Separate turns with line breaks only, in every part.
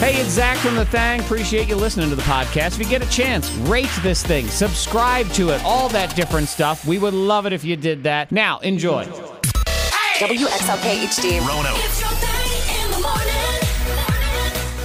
Hey, it's Zach from The Thang. Appreciate you listening to the podcast. If you get a chance, rate this thing, subscribe to it, all that different stuff. We would love it if you did that. Now, enjoy.
WXLK HD.
It's your thing in the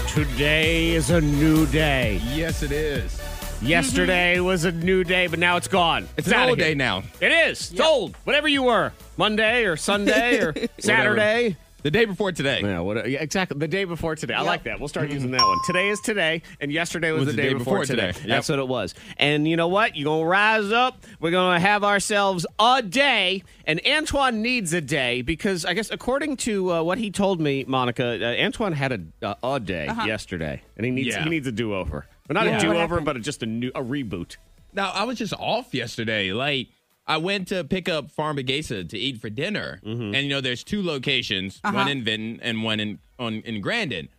morning.
Today is a new day.
Yes, it is.
Yesterday
Mm-hmm.
was a new day, but now it's gone. It's,
an
outta
old
here.
day now.
It is. It's old. Whatever you were, Monday or Sunday or Saturday.
The day before today.
Yeah, what, yeah, exactly. The day before today. I like that. We'll start using that one. Today is today, and yesterday was, the, day, before, today.
Yep.
That's what it was. And you know what? You're going to rise up. We're going to have ourselves a day. And Antoine needs a day because, I guess, according to uh, what he told me, Monica, uh, Antoine had a, uh, a day yesterday, and he needs
Yeah.
he needs a do over. But not a do over, but a, just a new a reboot.
Now, I was just off yesterday. Like, I went to pick up Farmagesa to eat for dinner.
Mm-hmm.
And, you know, there's two locations, one in Vinton and one in on in Grandin.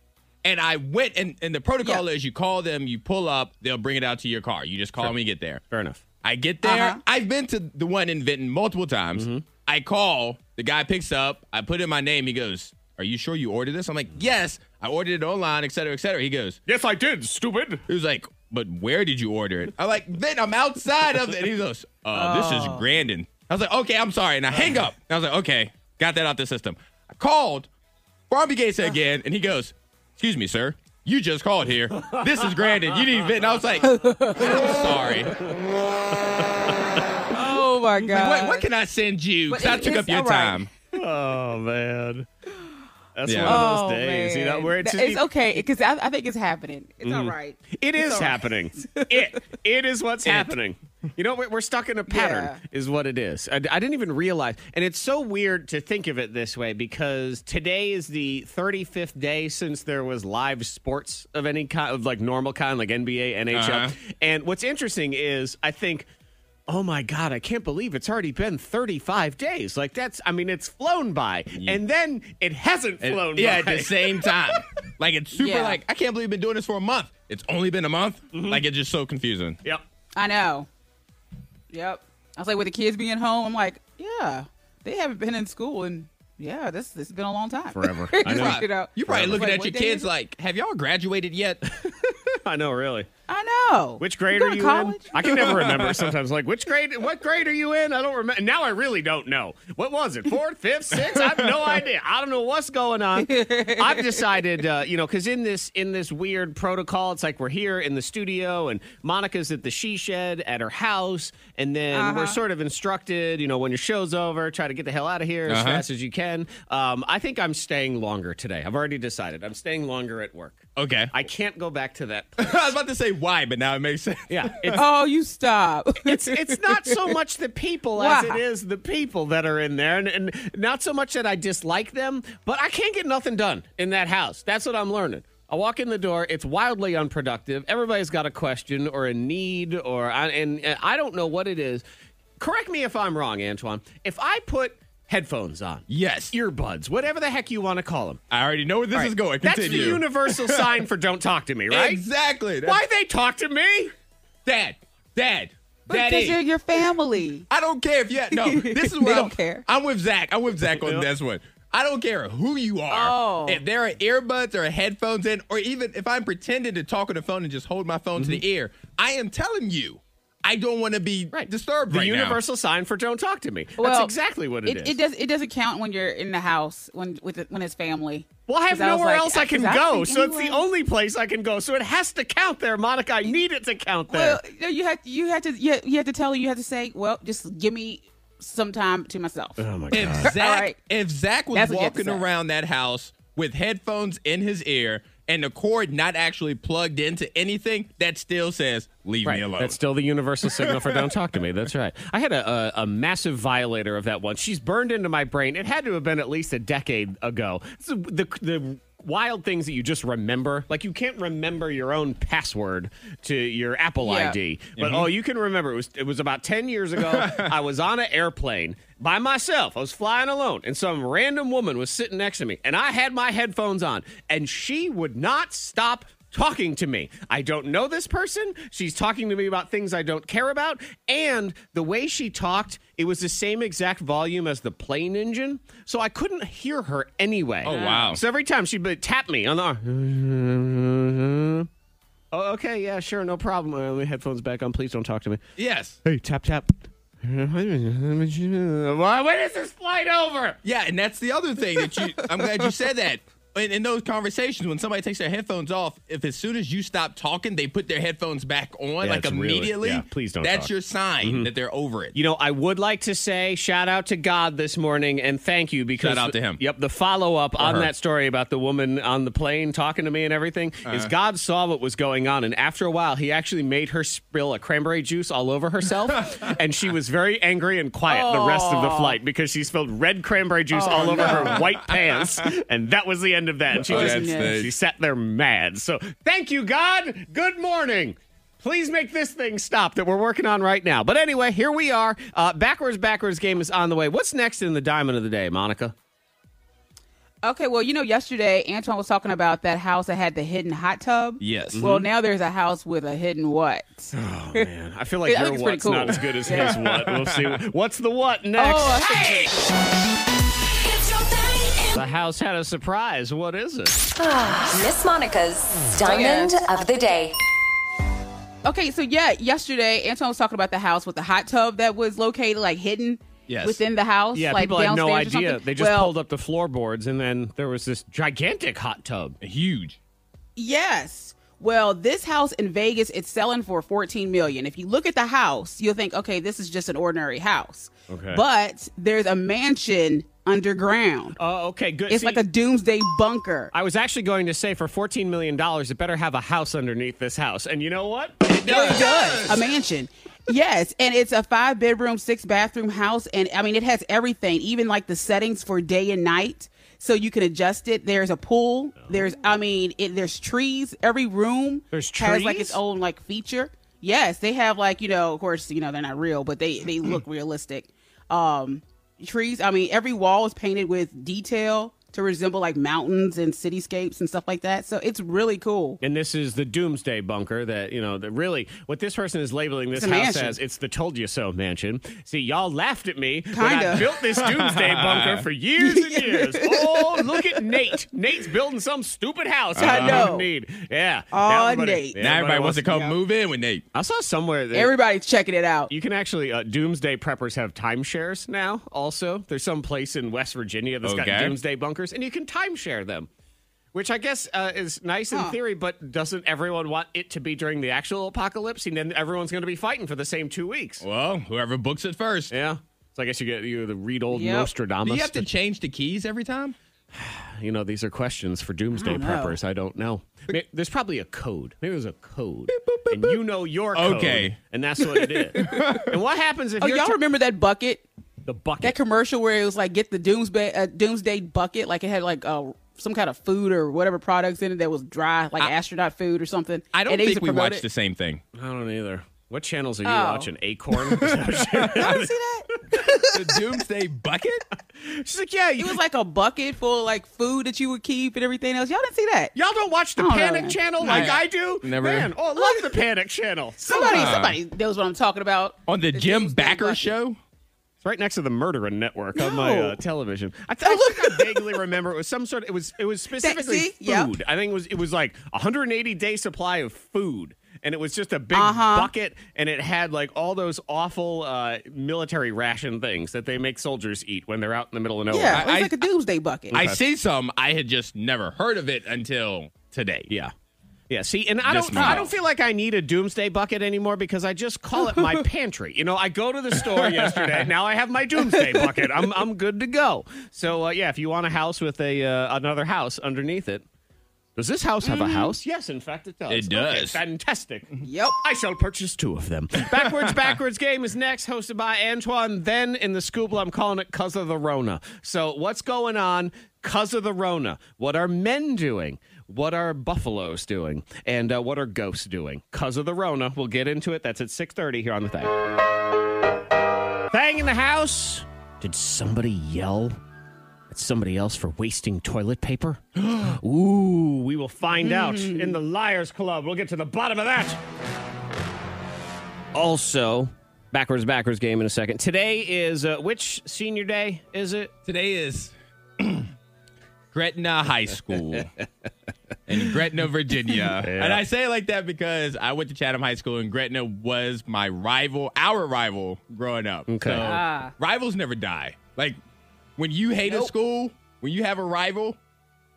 And I went, and, and the protocol is you call them, you pull up, they'll bring it out to your car. You just call them, you get there.
Fair enough.
I get there. I've been to the one in Vinton multiple times.
Mm-hmm.
I call, the guy picks up, I put in my name. He goes, Are you sure you ordered this? I'm like, Yes, I ordered it online, et cetera, et cetera. He goes,
Yes, I did, stupid.
He was like, "But where did you order it?" I'm like, "Then I'm outside of it." And he goes, uh, "This
Oh.
is Grandin." I was like, "Okay, I'm sorry," and I hang up. And I was like, "Okay, got that out the system." I called Barbie Gates again, and he goes, "Excuse me, sir." You just called here. This is Grandin. You need Vinton. I was like, I'm sorry. What,
Oh my god!
what can I send you? 'Cause
But
I
it-
took
it's
up your
all right.
time.
Oh, man. That's
Yeah.
one of
Oh,
those days. You know,
man.
where it's,
That- it's okay because I, I think it's happening. It's all right.
Mm-hmm. It is
all right.
happening. it it is what's happening. You know, we're we're stuck in a pattern,
Yeah.
is what it is. I, I didn't even realize, and it's so weird to think of it this way because today is the 35th day since there was live sports of any kind, of like normal kind, like NBA, NHL.
Uh-huh.
And what's interesting is, I think. Oh my God, I can't believe it's already been 35 days. Like, that's, I mean, it's flown by. And then it hasn't
And-
flown
yeah,
by.
at the same time. Like, it's super,
Yeah.
like, I can't believe I've been doing this for a month. It's only been a month.
Mm-hmm.
Like, it's just so confusing.
Yep.
I know. Yep. I was like, with the kids being home, I'm like, yeah, they haven't been in school, and yeah, this this has been a long time.
Forever.
Just,
I know.
You know.
You're probably
It's
looking
like,
at
what
your
day
kids
is it?
like, have y'all graduated yet?
I know, really.
I know.
Which grade
you
are
go to
you
college?
in? I can never remember. Sometimes, like, which grade? What grade are you in? I don't remember. Now I really don't know. What was it? Fourth, fifth, sixth? I have no idea. I don't know what's going on. I've decided, uh, you know, because in this in this weird protocol, it's like we're here in the studio, and Monica's at the she shed at her house, and then we're
Uh-huh.
sort of instructed, you know, when your show's over, try to get the hell out of here as
Uh-huh.
fast as you can. Um, I think I'm staying longer today. I've already decided. I'm staying longer at work.
okay.
I can't go back to that.
I was about to say why, but now it makes sense.
Yeah, it's
oh, you stop.
it's it's not so much the people as
Wow.
it is the people that are in there, and, and not so much that I dislike them, but I can't get nothing done in that house. That's what I'm learning. I walk in the door; it's wildly unproductive. Everybody's got a question or a need, or I, and, and I don't know what it is. Correct me if I'm wrong, Antoine. If I put headphones on,
Yes.
earbuds, whatever the heck you want to call them,
I already know where this is going.
that's
Continue.
the universal sign for "Don't talk to me," right?
Exactly. That's-
Why they talk to me?
Dad. Dad.
because you're
Daddy.
your family.
I don't care if you no. This is where
They
I'm-
don't care.
I'm with Zach. I'm with Zach on this one. I don't care who you are.
Oh.
If there are earbuds or headphones in, or even if I'm pretending to talk on the phone and just hold my phone to the ear, I am telling you, I don't want to be disturbed
The
right now.
universal sign for "Don't talk to me." That's
Well,
exactly what it
It,
is.
it does. It doesn't count when you're in the house when with it- when it's family.
well, I have
'Cause was
nowhere
like,
else I can
'cause was
go,
thinking
so it's the
anyway.
only place I can go. So it has to count there, Monica. I need it to count there.
Well, Uh, no, you had you had to you had, you had to tell her you had to say, well, just give me some time to myself.
Oh,
If Zach,
right.
if Zach was
That's what you have to
walking
say.
around that house with headphones in his ear and the cord not actually plugged into anything, that still says "Leave me alone."
That's still the universal signal for don't talk to me. That's right. I had a, a, a massive violator of that one. She's burned into my brain. It had to have been at least a decade ago. It's the, the wild things that you just remember. Like you can't remember your own password to your Apple
Yeah.
ID, but
Mm-hmm.
oh, you can remember. It was it was about ten years ago. I was on an airplane by myself. I was flying alone, and some random woman was sitting next to me, and I had my headphones on, and she would not stop. Talking to me. I don't know this person. She's talking to me about things I don't care about. And the way she talked, it was the same exact volume as the plane engine. So I couldn't hear her anyway.
Oh, wow.
So every time she'd be- tap me on the arm. Oh, okay, yeah, sure, no problem. Uh, my headphones back on. Please don't talk to me.
Yes.
Hey, tap tap. Why? When is this flight over?
Yeah, and that's the other thing that you. I'm glad you said that. In, in those conversations, when somebody takes their headphones off, if as soon as you stop talking, they put their headphones back on, like
it's really-
immediately.
yeah, please don't
That's
talk.
your sign that they're over it.
You know, I would like to say shout out to God this morning and thank you because
Shout out to him.
Yep, the follow up on
her.
that story about the woman on the plane talking to me and everything
Uh-huh.
is God saw what was going on and after a while he actually made her spill a cranberry juice all over herself and she was very angry and quiet the rest of the flight because she spilled red cranberry juice all over her white pants and that was the end of that. And she
Oh,
just
that's nice.
she sat there mad. So thank you God. Good morning. Please make this thing stop that we're working on right now. But anyway, here we are. Uh, backwards, backwards game is on the way. What's next in the diamond of the day, Monica?
Okay, well, you know, yesterday Antoine was talking about that house that had the hidden hot tub.
Yes.
Well,
Mm-hmm.
now there's a house with a hidden what?
Oh, Man, I feel like
I
your
think it's pretty
what's not
cool.
as good as his what. We'll see. What's the what next?
Oh, I
It's your thing.
the house had a surprise. What is it?
Miss Monica's Diamond of the Day.
Okay, so yeah, yesterday Antoine was talking about the house with the hot tub that was located like hidden
Yes.
within the house.
Yeah,
like
people had no
downstairs or
idea.
something.
They just
well,
pulled up the floorboards, and then there was this gigantic hot tub.
Huge.
Yes. Well, this house in Vegas it's selling for 14 million. If you look at the house, you'll think, okay, this is just an ordinary house.
Okay.
But there's a mansion underground.
Oh, okay, good.
it's
See,
like a doomsday bunker.
I was actually going to say for fourteen million dollars, it better have a house underneath this house. And you know what?
It does. A mansion. Yes, and it's a five bedroom, six bathroom house, and I mean it has everything, even like the settings for day and night, so you can adjust it. There's a pool. There's, I mean, it, there's trees. Every room
There's
has like its
trees?
own like feature. Yes, they have like you know, of course, you know they're not real, but they they look realistic. Um, trees. I mean, every wall is painted with detail to resemble like mountains and cityscapes and stuff like that. So it's really cool.
And this is the doomsday bunker that, you know, that really what this person is labeling this
It's a
house
mansion.
as it's the told you so mansion. See, y'all laughed at me when I
Kinda.
built this doomsday bunker for years and years. Oh, look at Nate. Nate's building some stupid house.
I
that we don't
know.
Need. Yeah.
Aw,
Everybody-
Nate.
yeah,
now everybody wants to come
yeah.
move in with Nate.
I saw somewhere that
Everybody's checking it out.
you can actually uh, doomsday preppers have timeshares now. Also, there's some place in West Virginia that's got
Okay.
doomsday bunkers, and you can timeshare them, which I guess uh, is nice in theory. But doesn't everyone want it to be during the actual apocalypse? And then everyone's going to be fighting for the same two weeks.
Well, whoever books it first.
Yeah. So I guess you get you the read old
Yep.
Nostradamus.
Do you have to change the keys every time?
You know, these are questions for doomsday
know.
preppers. I don't know. May- There's probably a code. Maybe there's a code, and you know your code,
Okay.
and that's what it is. and what happens if
Oh,
you're
y'all
tr-
remember that bucket?
the bucket?
That commercial where it was like get the doomsday uh, doomsday bucket, like it had like uh, some kind of food or whatever products in it that was dry, like astronaut food or something.
I don't
And they used
think
to
we
promote
watch
it.
the same thing.
I don't either. What channels are you
Oh.
watching? Acorn? She's
You see that?
the doomsday bucket?
like, yeah,
It
you,
was like a bucket full of like food that you would keep and everything else. Y'all didn't see that?
y'all don't watch the
I don't know,
Panic
man.
Channel like I do.
Never.
Man, oh, I love the Panic Channel. It's
Somebody, somebody knows what I'm talking about.
On the, Jim
Doomsday
Backer
Bucket.
show?
right next to the Murdering Network on my uh, television. I, th- I think I vaguely remember it was some sort. Of, it was it was specifically
see?
food.
Yeah.
I think it was it was like 180 day supply of food. And it was just a big
Uh-huh.
bucket, and it had like all those awful uh, military ration things that they make soldiers eat when they're out in the middle of nowhere.
Yeah,
I-
it's like a doomsday bucket.
I see some. I had just never heard of it until today.
Yeah. Yeah, see, and I
This
don't I
month.
don't feel like I need a doomsday bucket anymore because I just call it my pantry. You know, I go to the store yesterday. Now I have my doomsday bucket. I'm I'm good to go. So, uh, yeah, if you want a house with a uh, another house underneath it. Does this house have a house? Mm-hmm. Yes, in fact it does.
It
Okay,
does.
fantastic.
Yep.
I shall purchase two of them. Backwards, backwards game is next, hosted by Antoine. Then in the Scoobla, I'm calling it "Cause of the Rona." So what's going on? because of the Rona. What are men doing? What are buffaloes doing? And uh, what are ghosts doing? Because of the Rona. We'll get into it. That's at 6.30 here on The Thing. Thing in the house. Did somebody yell at somebody else for wasting toilet paper? Ooh, we will find out in the Liars Club. We'll get to the bottom of that also backwards backwards game in a second today is uh, which senior day is it
Today is Gretna High School in Gretna, Virginia. And I say it like that because I went to Chatham High School and Gretna was my rival, our rival growing up.
Okay.
So rivals never die. Like when you hate a school, when you have a rival,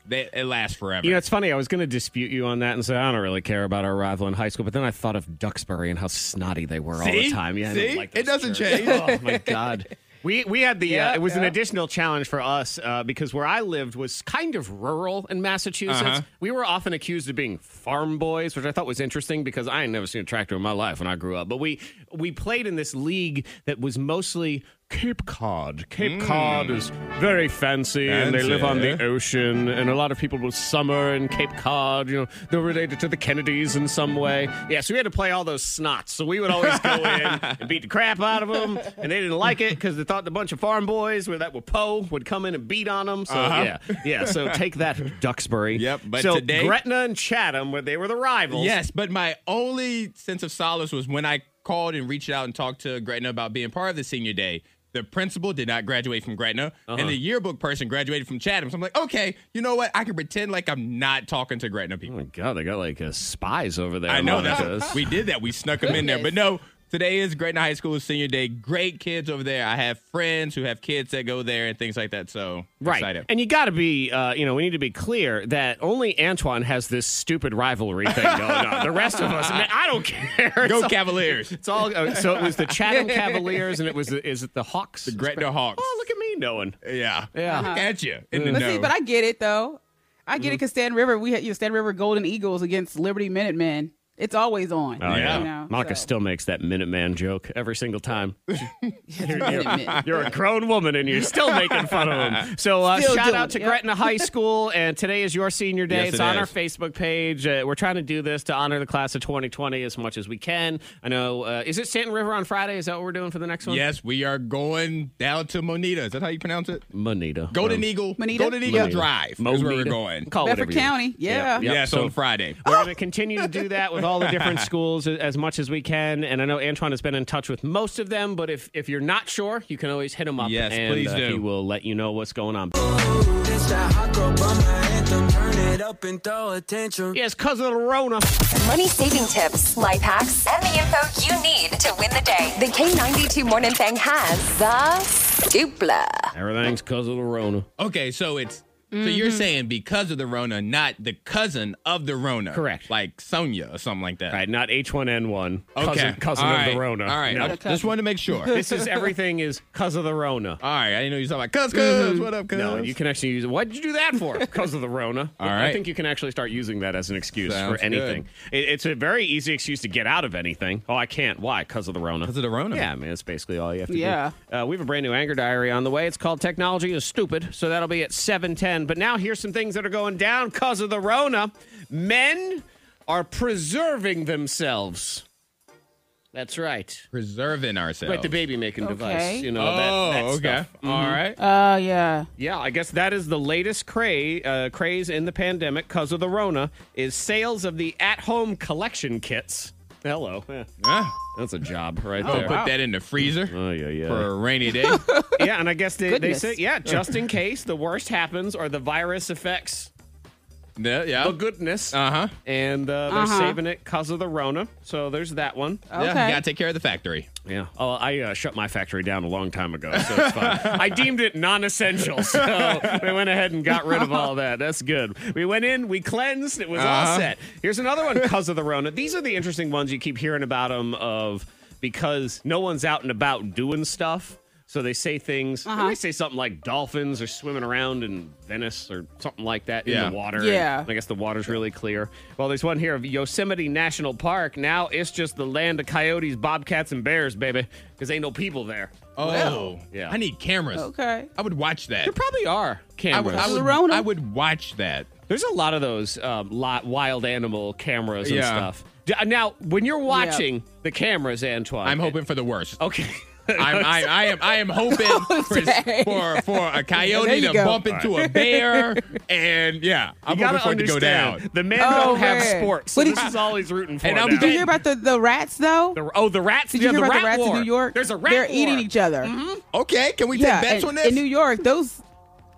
that it lasts forever.
you know it's funny i was going to dispute you on that and say i don't really care about our rival in high school but then i thought of duxbury and how snotty they were all the
See?
time yeah I
See?
didn't like
It
those
doesn't
jerks.
change.
oh my god we, we had the uh,
Yeah,
it was an
yeah.
additional challenge for us uh, because where I lived was kind of rural in Massachusetts.
Uh-huh.
We were often accused of being farm boys, which I thought was interesting because I had never seen a tractor in my life when I grew up. But we we played in this league that was mostly Cape Cod. Cape
Mm.
Cod is very fancy, and they live on the
Fancy. eh?
ocean, and a lot of people will summer in Cape Cod. You know, they're related to the Kennedys in some way. Yeah, so we had to play all those snots. So we would always go in and beat the crap out of them, and they didn't like it because they thought the bunch of farm boys were that were Poe would come in and beat on them. So yeah, yeah. So take that, Duxbury.
Uh-huh. Yep, but
so
today-
Gretna and Chatham, where they were the rivals.
Yes, but my only sense of solace was when I called and reached out and talked to Gretna about being part of the senior day. The principal did not graduate from Gretna,
Uh-huh.
and the yearbook person graduated from Chatham. So I'm like, okay, you know what? I can pretend like I'm not talking to Gretna people.
Oh my God, they got like uh, spies over there.
I know
among
that
us.
we did that. We snuck them in there, but no. Today is Gretna High School senior day. Great kids over there. I have friends who have kids that go there and things like that. So
Right.
excited.
And you got to be, uh, you know, we need to be clear that only Antoine has this stupid rivalry thing going on. The rest of us, man, I don't care. It's
go
all-
Cavaliers.
It's all uh, so it was the Chatham Cavaliers and it was the, is it the Hawks? The
Gretna Hawks.
Oh, look at me knowing.
Yeah.
Yeah. Uh-huh.
Look at you. In the
But
know. Mm-hmm.
see, but I get it though. I get it because Stan River, we had you know, Stan River Golden Eagles against Liberty Minutemen. It's always on.
Oh,
yeah.
You know,
Monica
so.
still makes that Minuteman joke every single time.
Minutemen.
You're a grown woman and you're still making fun of him. So uh,
Still
shout
doing
out
it,
to
yep.
Gretna High School, and today is your senior day.
Yes,
it's
it
on
is.
our Facebook page. Uh, we're trying to do this to honor the class of 2020 as much as we can. I know. Uh, is it Stanton River on Friday? Is that what we're doing for the next one?
Yes, we are going down to Moneta. Is that how you pronounce it?
Monita.
Golden Eagle.
Moneta?
Golden Eagle
Yeah.
Drive is where we're
Monita.
going.
Call it
Bedford
whatever you want.
County, yeah.
Yep,
Yes,
so
on Friday.
We're going to continue to do that with all the different schools a- as much as we can. And I know Antoine has been in touch with most of them, but if, if you're not sure, you can always hit him up.
Yes,
and,
please
uh,
do.
He will let you know what's going on.
This that hot girl bummer anthem. Turn it up and throw a tantrum.
Yes, because of the Rona.
Money saving tips, life hacks, and the info you need to win the day. The K92 Morning Thing has the dupla.
Everything's because of the Rona.
Okay, so it's so you're
Mm-hmm.
saying because of the Rona, not the cousin of the Rona.
Correct.
Like Sonia or something like that.
All right, not H1N1.
Okay.
Cousin, cousin
All
of
right.
the Rona.
All right.
No.
I just wanted to make sure. All
This is everything is because of the Rona.
right. I didn't know you were talking about cuz cuz. What up, cuz?
Mm-hmm. No, you can actually use it. Why'd you do that for? Because of the Rona.
All
I
right.
think you can actually start using that as an excuse
Sounds
for anything.
good.
It, it's a very easy excuse to get out of anything. Oh, I can't. Why? Because of the Rona.
'Cause of the Rona.
Yeah, I mean, that's basically all you have to
Yeah.
do. Uh, we have a brand new anger diary on the way. It's called Technology is Stupid. So that'll be at 710. But now here's some things that are going down because of the Rona. Men are preserving themselves. That's right.
Preserving ourselves.
Right, the baby making
Okay.
device. You know,
Oh,
that, that
okay.
stuff. Mm-hmm.
All right.
Uh, yeah.
Yeah, I guess that is the latest cra- uh, craze in the pandemic because of the Rona is sales of the at-home collection kits. Hello, Eh,
Yeah.
that's a job
Oh,
right
I'll
there.
put that in the freezer
Oh yeah, yeah,
for a rainy day.
yeah. And I guess they, they
Goodness.
say yeah, just in case the worst happens or the virus affects
yeah. yeah.
the goodness,
Uh-huh.
and uh, they're
Uh-huh.
saving it because of the Rona. So there's that one.
Okay.
Yeah, you got to take care of the factory.
Yeah. Oh, I uh, shut my factory down a long time ago, so it's fine. I deemed it non-essential, so we went ahead and got rid of all that. That's good. We went in, we cleansed, it was all
Uh-huh.
set. Here's another one, cause of the Rona. These are the interesting ones you keep hearing about them of because no one's out and about doing stuff. So they say things.
Uh-huh.
They might say something like dolphins are swimming around in Venice or something like that
Yeah.
in the water.
Yeah.
And I guess the water's really clear. Well, there's one here of Yosemite National Park. Now it's just the land of coyotes, bobcats, and bears, baby, because ain't no people there.
Oh,
Yeah.
I need cameras.
Okay.
I would watch that.
There probably are
I would,
cameras.
I, would,
Corona.
I would watch that.
There's a lot of those um, lot, wild animal cameras and
Yeah.
stuff. D- uh, Now, when you're watching the cameras, Antoine,
I'm hoping for the worst.
Okay.
I'm, I, I am I am hoping for, for for a
There
coyote
you
to
go.
bump into a bear, and yeah, I'm
you
hoping
gotta
for it to go
understand,
down.
The men
Oh,
don't have
man.
sports, so
What did
this
you-
is all he's rooting for.
And I'm
now.
Did you hear about the, the rats though?
The, oh, the rats!
Did you
yeah,
hear
the
about
rat
the rats
war.
in New York?
There's a rat
They're
war.
eating each other.
Okay, can we
Yeah,
take bets
in,
on this?
in New York, those.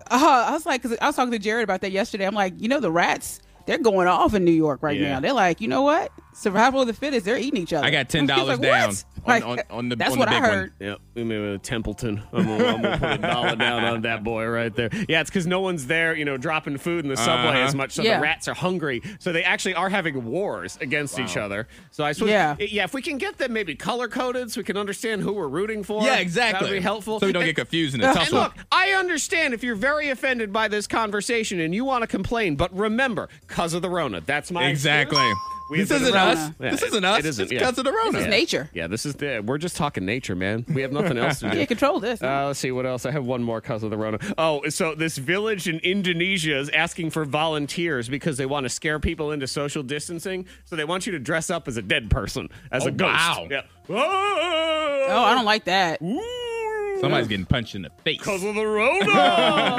Uh, I was like, cause I was talking to Jared about that yesterday. I'm like, you know, the rats, they're going off in New York right
Yeah.
now. They're like, you know what? Survival of the fittest. They're eating each other.
I got ten
I'm
dollars
just like,
down
what?
on,
Like,
on, on the
that's
on
what
the big
I heard.
Yep, we made it a Templeton. I'm gonna, I'm gonna put a dollar down on that boy right there. Yeah, it's because no one's there, you know, dropping food in the subway
Uh-huh.
as much, so
Yeah.
the rats are hungry. So they actually are having wars against each other. So I suppose,
Yeah.
yeah, if we can get them maybe color coded, so we can understand who we're rooting for.
one. Yeah,
That
exactly.
would be helpful.
so we don't
And-
get confused in the
And
tussle.
look, I understand if you're very offended by this conversation and you want to complain, but remember, because of the Rona, that's my
Exactly.
excuse. We
This
have been
isn't
around-
us. This isn't us.
It isn't.
It's 'cause of the Rona. This is
Yeah.
nature.
Yeah, this is the. We're just talking nature, man. We have nothing else to do.
Yeah, control this.
Uh, let's see what else. I have one more because of the Rona. Oh, so this village in Indonesia is asking for volunteers because they want to scare people into social distancing. So they want you to dress up as a dead person, as
Oh,
a ghost.
wow.
Yeah.
oh,
Oh,
I don't like that.
Somebody's getting punched in the face.
because of the Rona.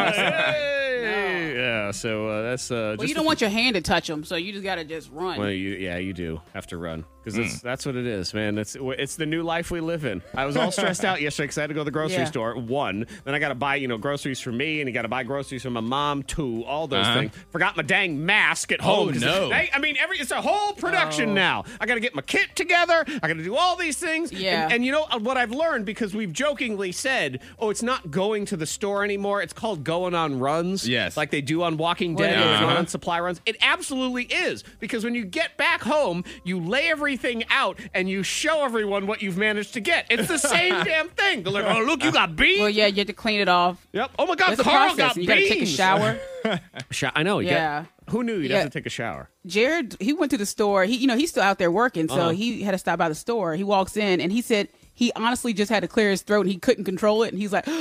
Hey! Yeah. So uh, that's. Uh,
Oh, Well,
just
you
a
don't want your hand to touch them, so you just gotta just run.
Well, you, yeah, you do have to run because
Hmm.
that's what it is, man. It's it's the new life we live in. I was all stressed out yesterday because I had to go to the grocery
Yeah.
store. One, then I got to buy you know groceries for me, and you got to buy groceries for my mom. Two, all those
Uh-huh.
things. Forgot my dang mask at home. 'cause
no.
they- I mean, every it's a whole production
Oh.
now. I got to get my kit together. I got to do all these things. And-
Yeah.
And, you know uh, what I've learned because we've jokingly said, oh, it's not going to the store anymore. It's called going on runs.
Yes.
Like they do on Walking Dead.
Yeah.
and
Uh-huh.
on supply runs? It absolutely is because when you get back home, you lay everything out and you show everyone what you've managed to get. It's the same damn thing. They're like, "Oh, look, you got beans."
Well, yeah, you have to clean it off.
Yep. Oh my God,
It's a
Carl
process.
got
and you gotta
beans.
take a shower.
Sho- I know. You yeah.
Yeah.
who knew you'd
Yeah.
have to take a shower?
Jared, he went to the store. He, you know, he's still out there working, so
Uh-huh.
he had to stop by the store. He walks in and he said he honestly just had to clear his throat and he couldn't control it, and he's like,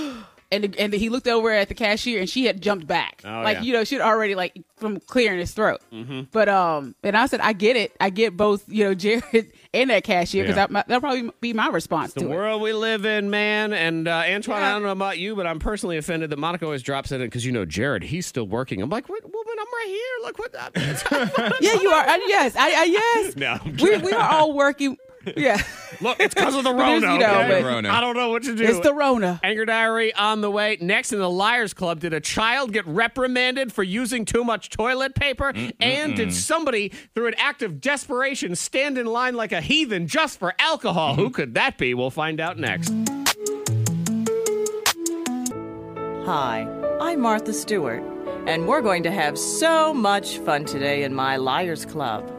and and he looked over at the cashier and she had jumped back,
Oh,
like
yeah. Mm-hmm.
you know, she'd already like from clearing his throat. But um, and I said, I get it, I get both, you know, Jared and that cashier because
Yeah.
that'll probably be my response
The
to it.
world we live in, man. And uh, Antoine, I
Yeah.
don't know about you, but I'm personally offended that Monica always drops in it because you know Jared, he's still working. I'm like, what, woman, I'm right here. Look what.
Yeah, you are. I, yes, I, I yes.
No, I'm
we we are all working. Yeah,
Look, it's because of the
But there's,
Rona.
you know,
okay?
but- Rona.
I don't know what to do.
it's the Rona.
Anger Diary on the way. Next in the Liars Club, did a child get reprimanded for using too much toilet paper? And did somebody, through an act of desperation, stand in line like a heathen just for alcohol? Who could that be? We'll find out next.
Hi, I'm Martha Stewart, and we're going to have so much fun today in my Liars Club.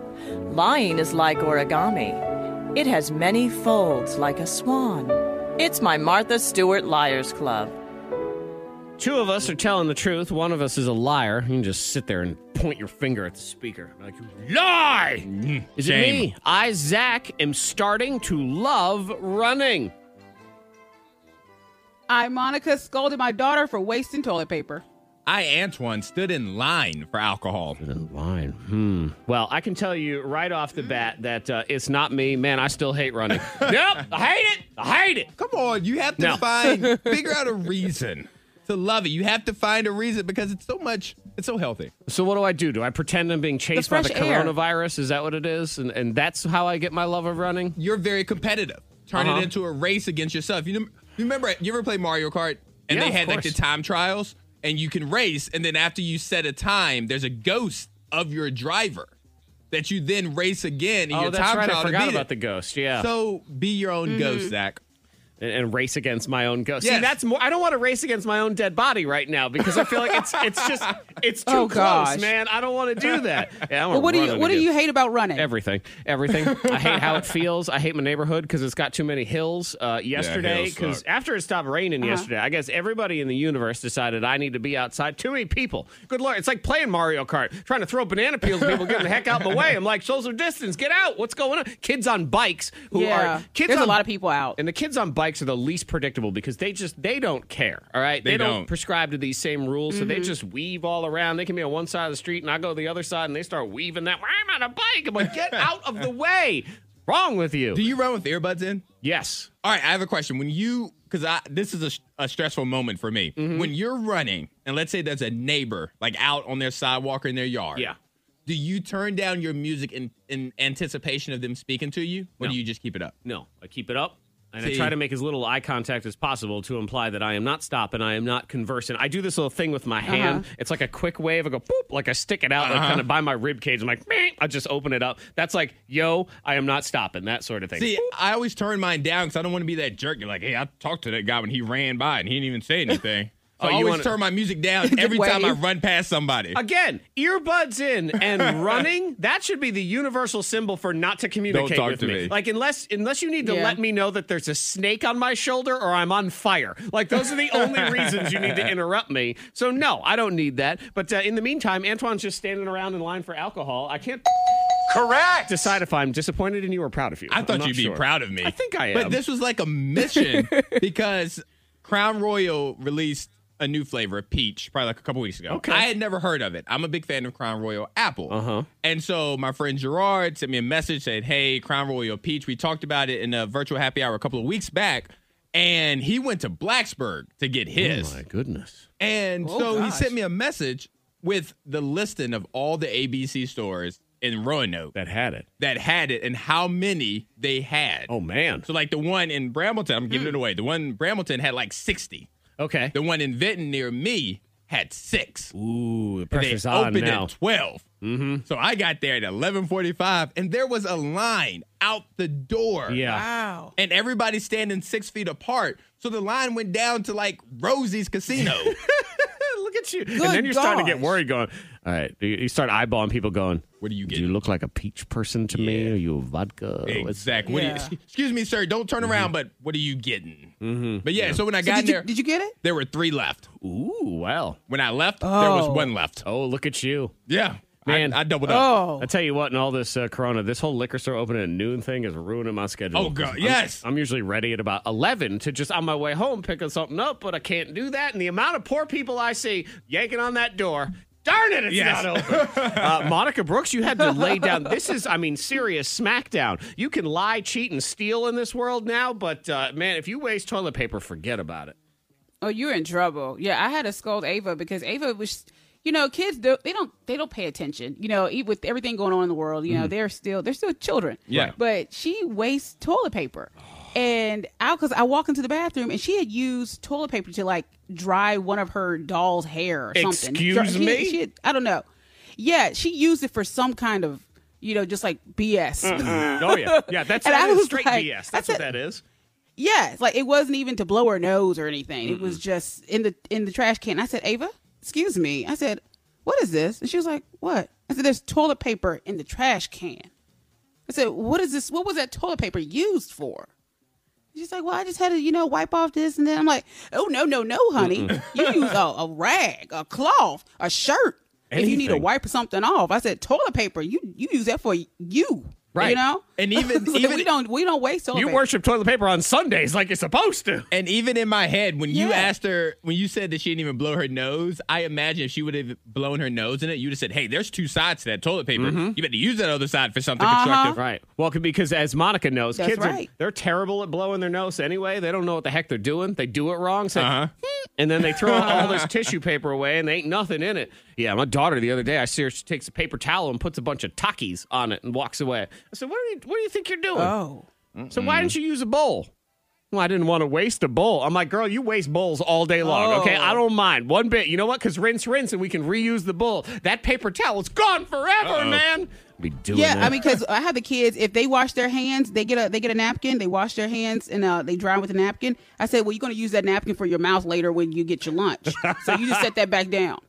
Lying is like origami, it has many folds like a swan. It's my Martha Stewart Liars Club.
Two of us are telling the truth. One of us is a liar. You can just sit there and point your finger at the speaker. Like, "You lie! Is
Shame.
it me? I, Zach, am starting to love running.
I Monica scolded my daughter for wasting toilet paper.
I Antoine stood in line for alcohol.
Wine. Hmm. Well, I can tell you right off the bat that uh, it's not me. Man, I still hate running. yep, I hate it. I hate it.
Come on, you have to
No.
find figure out a reason to love it. You have to find a reason because it's so much. It's so healthy.
So what do I do? Do I pretend I'm being chased by the
fresh air.
coronavirus? Is that what it is? And and that's how I get my love of running?
You're very competitive. Turn
Uh-huh.
it into a race against yourself. You, know, you remember? You ever play Mario Kart? And
Yeah,
they
of
had like the
course.
time trials, and you can race, and then after you set a time, there's a ghost of your driver that you then race again. In
oh,
your
that's
time
right.
trial
I
to
forgot
beat
about
it.
the ghost. Yeah. Mm-hmm.
So be your own ghost, Zach.
and, and race against my own ghost. See,
Yes.
that's more. I don't want to race against my own dead body right now because I feel like it's it's just it's too
Oh,
close,
gosh.
man. I don't want to do that. Yeah, I
But
wanna
what do
run
you
it
what do
again.
you hate about running?
Everything, everything. I hate how it feels. I hate my neighborhood because it's got too many hills. Uh, yesterday,
hills
because
suck.
after it stopped raining
Uh-huh.
yesterday, I guess everybody in the universe decided I need to be outside. Too many people. Good lord, it's like playing Mario Kart, trying to throw banana peels at people, getting the heck out of the way. I'm like, social distance, get out. What's going on? Kids on bikes who
yeah,
are kids
there's
on
a lot of people out.
and the kids on bikes are the least predictable because they just they don't care. All right,
They
don't
don't.
prescribe to these same rules, so they just weave all around. They can be on one side of the street, and I go to the other side, and they start weaving that. I'm on a bike. I'm like, get out of the way. Wrong with you?
Do you run with earbuds in?
yes.
All right, I have a question. When you, because I this is a, sh- a stressful moment for me.
Mm-hmm.
When you're running, and let's say there's a neighbor like out on their sidewalk or in their yard.
Yeah.
Do you turn down your music in, in anticipation of them speaking to you, or
No.
do you just keep it up?
No, I keep it up. And I
See.
try to make as little eye contact as possible to imply that I am not stopping, I am not conversing. I do this little thing with my hand. It's like a quick wave. I go boop, like I stick it out,
Uh-huh.
like kind of by my rib cage. I'm like, "Meep." I just open it up. That's like, yo, I am not stopping. That sort of thing.
See, I always turn mine down because I don't want to be that jerk. You're like, hey, I talked to that guy when he ran by and he didn't even say anything.
Oh,
So I
you
always
wanna-
turn my music down every time I
wave.
run past somebody.
Again, earbuds in and running. that should be the universal symbol for not to communicate
talk
with
to
me.
me.
Like unless unless you need to
Yeah.
let me know that there's a snake on my shoulder or I'm on fire. Like those are the only reasons you need to interrupt me. So no, I don't need that. But uh, in the meantime, Antoine's just standing around in line for alcohol. I can't
Correct.
decide if I'm disappointed in you or proud of you.
I
I'm
thought
not
you'd be
sure.
proud of me.
I think I am.
But this was like a mission because Crown Royal released a new flavor, peach, probably like a couple weeks ago.
Okay.
I had never heard of it. I'm a big fan of Crown Royal apple. Uh-huh. And so my friend Gerard sent me a message said, "Hey, Crown Royal peach, we talked about it in a virtual happy hour a couple of weeks back." And he went to Blacksburg to get his.
Oh my Oh, goodness.
And so he sent me a message with the listing of all the ABC stores in Roanoke
That had it.
that had it and how many they had.
Oh man.
So like the one in Brambleton, I'm giving it
Hmm.
away. The one in Brambleton had like 60.
Okay.
The one in Vinton near me had six.
Ooh, the
And they
pressure's on
opened
now.
at 12. Mm-hmm. So I got there at 11:45, and there was a line out the door.
yeah.
Wow.
And everybody standing six feet apart. So the line went down to like Rosie's Casino.
Look at you. and then you're starting to get
gosh.
worried going, all right, you- you start eyeballing people going,
What are you
Do you
getting?"
look like a peach person to me?
Yeah.
Are you a vodka? What's-
exactly. What do you-
Yeah.
excuse me, sir. Don't
Mm-hmm.
turn around. But what are you getting? Mm-hmm. But yeah, So when I got
Did you,
there,
did you get it?
there were three left.
Ooh, well.
When I left, there was
Oh.
one left.
Oh, look at you.
Yeah.
Man.
I, I doubled up.
Oh.
I tell you what, in all this uh, Corona, this whole liquor store opening at noon thing is ruining my schedule.
Oh, God,
I'm-
yes.
I'm, usually ready at about 11 to just on my way home pick up something up, but I can't do that. And the amount of poor people I see yanking on that door. Darn it, it's
Yes.
not open. uh, Monica Brooks, you had to lay down. This is, I mean, serious smackdown. You can lie, cheat, and steal in this world now, but uh, man, if you waste toilet paper, forget about it.
Oh, you're in trouble. Yeah, I had to scold Ava because Ava was, you know, kids do, they don't they don't pay attention. You know, e- with everything going on in the world, you know,
Mm-hmm.
they're still they're still children.
Yeah.
But she wastes toilet paper, and I because I walk into the bathroom and she had used toilet paper to like dry one of her doll's hair or something.
Excuse
Dry- she-
me?
she had- I don't know. Yeah, she used it for some kind of you know just like BS.
Mm.
Oh yeah, yeah. That's
And
that
I
is
was
straight
like-
BS.
I
That's what
said-
that is.
Yes, like it wasn't even to blow her nose or anything. It was just in the in the trash can. I said, Ava, excuse me. I said, what is this? And she was like, what? I said, there's toilet paper in the trash can. I said, what is this? What was that toilet paper used for? She's like, well, I just had to, you know, wipe off this and then I'm like, oh no, no, no, honey, you use a, a rag, a cloth, a shirt. If you need to
Anything.
wipe something off, I said, toilet paper. You you use that for you,
Right.
You know,
And even-
So
even-
we don't we don't waste toilet
You
paper.
worship toilet paper on Sundays like you're supposed to.
And even in my head, when you
Yeah.
asked her, when you said that she didn't even blow her nose, I imagine if she would have blown her nose in it, you'd have said, hey, there's two sides to that toilet paper. You better use that other side for something constructive.
Right. Well, c- because as Monica knows,
That's
kids
right.
are they're terrible at blowing their nose anyway. They don't know what the heck they're doing. They do it wrong. So And then they throw all this tissue paper away and there ain't nothing in it. Yeah, my daughter the other day, I see her, she takes a paper towel and puts a bunch of Takis on it and walks away. I said, What do you what do you think you're doing?
Oh.
So why didn't you use a bowl? Well, I didn't want to waste a bowl. I'm like, girl, you waste bowls all day long. Okay,
Oh.
I don't mind one bit. You know what? Because rinse, rinse, and we can reuse the bowl. That paper towel's gone forever, man. Be doing
Yeah, I mean, because I have the kids. If they wash their hands, they get a they get a napkin. They wash their hands and uh, they dry with a napkin. I said, well, you're going to use that napkin for your mouth later when you get your lunch. so you just set that back down.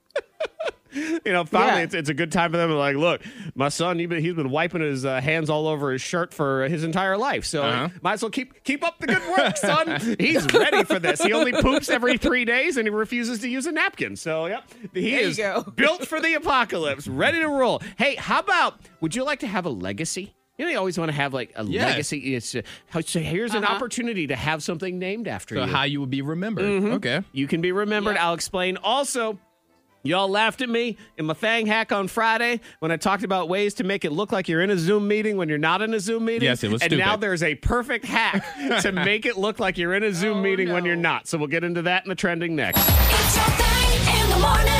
you know, finally,
Yeah.
it's, it's a good time for them. to Like, look, my son, he been, he's been wiping his uh, hands all over his shirt for his entire life, so
Uh-huh.
might as well keep keep up the good work, son. he's ready for this. He only poops every three days, and he refuses to use a napkin. So, yep, he
There you
is
go.
built for the apocalypse, ready to roll. Hey, how about? Would you like to have a legacy? You know, you always want to have like a
Yes.
legacy. It's uh, how- so here's
Uh-huh.
an opportunity to have something named after
So
you.
how you would be remembered. Okay.
you can be remembered. I'll explain. Also, y'all laughed at me in my thang hack on Friday when I talked about ways to make it look like you're in a Zoom meeting when you're not in a Zoom meeting.
Yes, it was
And
stupid.
now there's a perfect hack to make it look like you're in a
Oh,
Zoom meeting when you're not. So we'll get into that in the trending next.
It's your thing in the morning.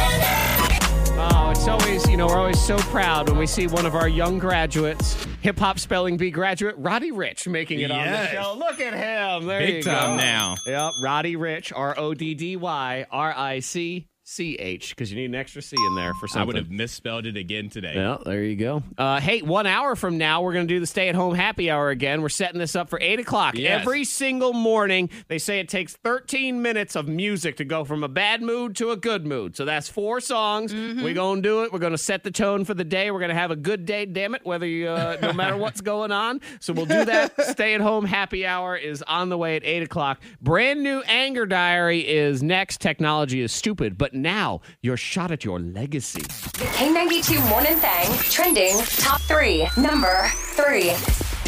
Oh, it's always, you know, we're always so proud when we see one of our young graduates, hip hop spelling bee graduate, Roddy Rich, making
Yes.
it on the show. Look at him. There you
Big time
go.
now.
Yep, Roddy Rich, R O D D Y R I C C H, because you need an extra C in there for something.
I would have misspelled it again today.
Well, there you go. Uh, hey, one hour from now, we're going to do the stay at home happy hour again. We're setting this up for 8 o'clock
Yes.
every single morning. They say it takes 13 minutes of music to go from a bad mood to a good mood. So that's four songs. We're going to do it. We're going to set the tone for the day. We're going to have a good day, damn it, whether you, uh, no matter what's going on. So we'll do that. stay at home happy hour is on the way at 8 o'clock. Brand new Anger Diary is next. Technology is stupid, but now you're shot at your legacy.
The K92 Morning Thang trending top three. Number three.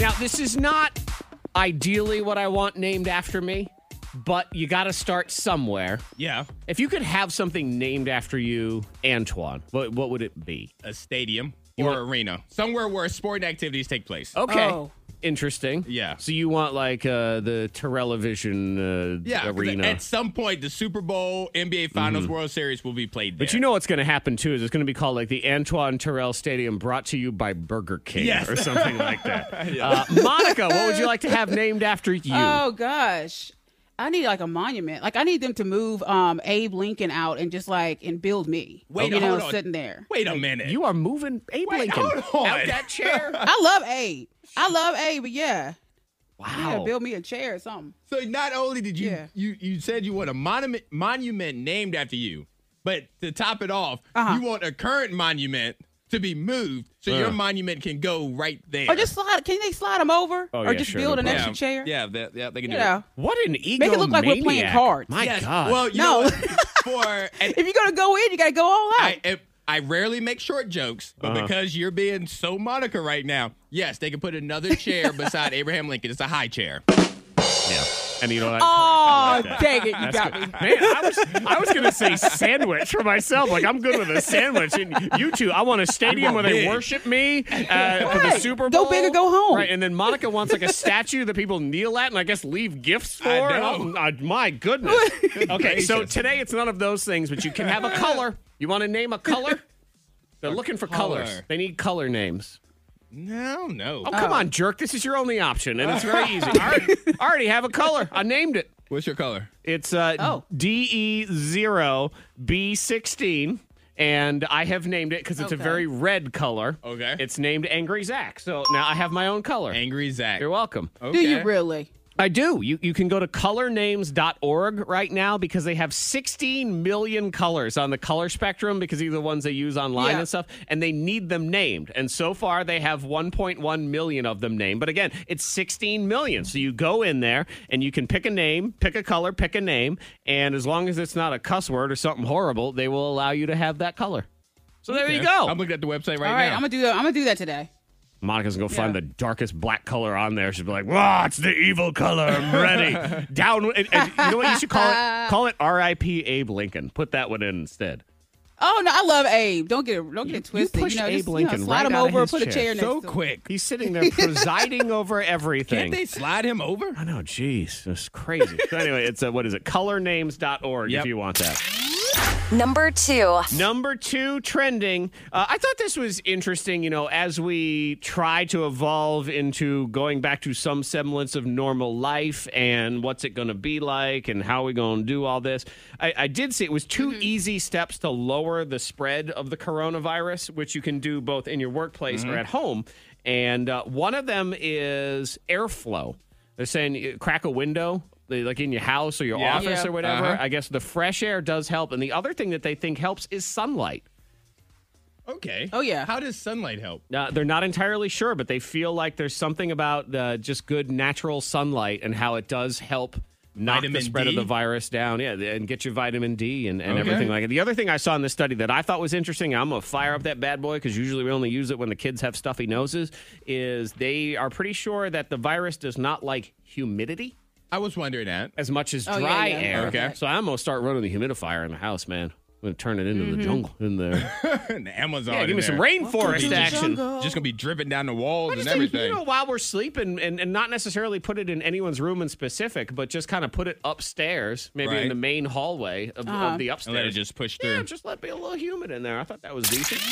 Now, this is not ideally what I want named after me, but you got to start somewhere.
Yeah.
If you could have something named after you, Antoine, what, what would it be?
A stadium or arena. Somewhere where sporting activities take place.
Okay.
Oh.
Interesting.
Yeah.
So you want like uh, the Terrelevision uh,
Yeah, 'cause
arena. Mm-hmm.
At some point, the Super Bowl, NBA Finals, World Series will be played there.
but you know what's going to happen too is it's going to be called like the Antoine Terrell Stadium brought to you by Burger King
Yes.
or something like that. uh, Monica, what would you like to have named after you?
Oh gosh. I need like a monument. Like I need them to move um Abe Lincoln out and just like and build me.
Wait,
you know,
hold on.
sitting there.
Wait a minute.
you are moving Abe
Wait,
Lincoln
hold on.
out that chair.
I love Abe. I love Abe, but yeah.
wow.
Yeah, build me a chair or something.
so not only did you
Yeah.
you you said you want a monument monument named after you, but to top it off,
Uh-huh.
you want a current monument to be moved so your monument can go right there.
Or Oh, just slide can they slide them over?
Oh, yeah,
or just
sure,
build
no
an
problem.
extra chair?
Yeah, that, yeah, they can
You
do
know.
it.
What an ego!
Make it look like we're playing cards.
My
Yes.
God.
Well, you know
No.
what? for and
If you're gonna go in, you gotta go all out.
I, I I rarely make short jokes, but because you're being so Monica right now, yes, they can put another chair beside Abraham Lincoln. It's a high chair.
yeah. And you know what?
oh dang it, you got me.
Man, I was I was gonna say sandwich for myself. Like I'm good with a sandwich. And you two, I want a stadium where they
big.
worship me uh, for the
Right.
Super Bowl.
Go big or go home.
Right, and then Monica wants like a statue that people kneel at, and I guess leave gifts for.
I
and
know.
I'll- uh, my goodness. okay, so
gracious.
today it's none of those things, but you can have a color. You want to name a color? They're looking for colors.
color.
They need color names.
No, no.
Oh, come on, jerk. This is your only option, and it's very easy. I already, I already have a color. I named it.
What's your color?
It's uh, E
Oh.
DE0B16, and I have named it because it's a
Okay.
very red color.
Okay.
It's named Angry Zach. So now I have my own color.
Angry Zach.
You're welcome.
Okay.
Do you really?
I do. You you can go to colornames.org right now because they have 16 million colors on the color spectrum because these are the ones they use online
Yeah.
and stuff, and they need them named. And so far, they have 1.1 million of them named. But again, it's 16 million. So you go in there and you can pick a name, pick a color, pick a name, and as long as it's not a cuss word or something horrible, they will allow you to have that color. So there you go.
I'm looking at the website right
All right,
now.
I'm gonna do that. I'm gonna do that today.
Monica's gonna go find
Yeah.
the darkest black color on there. She'll be like, "Wow, it's the evil color. I'm ready." Down. with- And, and you know what? You should call it call it R.I.P. Abe Lincoln. Put that one in instead.
Oh no, I love Abe. Don't get it. Don't get it
You- you
twisted. You,
pushed
know,
Abe
just, you know,
Lincoln
slide
right
him
out of
over,
his
put a
chair.
chair next
so
to him.
quick.
He's sitting there presiding over everything.
Can't they slide him over?
I know. Jeez, that's crazy. so anyway, it's uh what is it? Colornames.org if
Yep.
you want that.
Number two.
Number two trending. Uh, I thought this was interesting, you know, as we try to evolve into going back to some semblance of normal life and what's it going to be like and how are we going to do all this. I, I did see it was 2 easy steps to lower the spread of the coronavirus, which you can do both in your workplace or at home. And uh, one of them is airflow. They're saying uh, crack a window. Like in your house or your
Yeah.
office
Yeah.
or whatever,
Uh-huh.
I guess the fresh air does help. And the other thing that they think helps is sunlight.
Okay.
Oh, yeah.
How does sunlight help?
Uh, they're not entirely sure, but they feel like there's something about uh, just good natural sunlight and how it does help knock the
Vitamin
spread of
D?
the virus down. Yeah, and get your vitamin D and, and
Okay.
everything like that. The other thing I saw in this study that I thought was interesting, I'm going to fire up that bad boy because usually we only use it when the kids have stuffy noses, is they are pretty sure that the virus does not like humidity
I was wondering that.
as much as
Oh, yeah,
dry
yeah.
air.
Okay.
So I'm going to start running the humidifier in the house, man. I'm going to turn it into the jungle in there.
And the Amazon.
Yeah,
in
give me
there.
some rainforest
Just-
action.
Just gonna be dripping down the walls
Oh. I
and
just think,
everything.
you know, while we're sleeping and, and not necessarily put it in anyone's room in specific, but just kind of put it upstairs, maybe in
Right.
the main hallway of, of the upstairs.
and let it just push through.
yeah, just let be a little humid in there. I thought that was decent.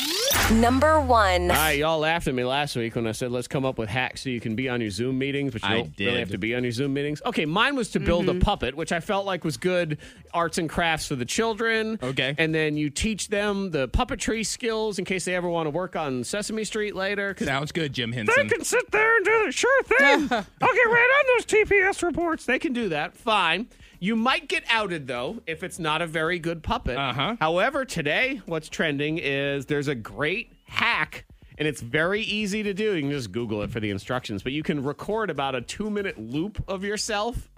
Number one.
All right, y'all laughed at me last week when I said let's come up with hacks so you can be on your Zoom meetings, but you
I
don't really
did. Mm-hmm.
have to be on your Zoom meetings. Okay, mine was to build a puppet, which I felt like was good arts and crafts for the children.
Okay.
and then you teach them the puppetry skills in case they ever want to work on Sesame Street later. 'cause
Sounds good, Jim Henson.
sit there and do the sure thing. I'll get right on those TPS reports. They can do that. Fine. You might get outed though if it's not a very good puppet.
Uh-huh.
However, today what's trending is there's a great hack. And it's very easy to do. You can just Google it for the instructions, but you can record about a two minute loop of yourself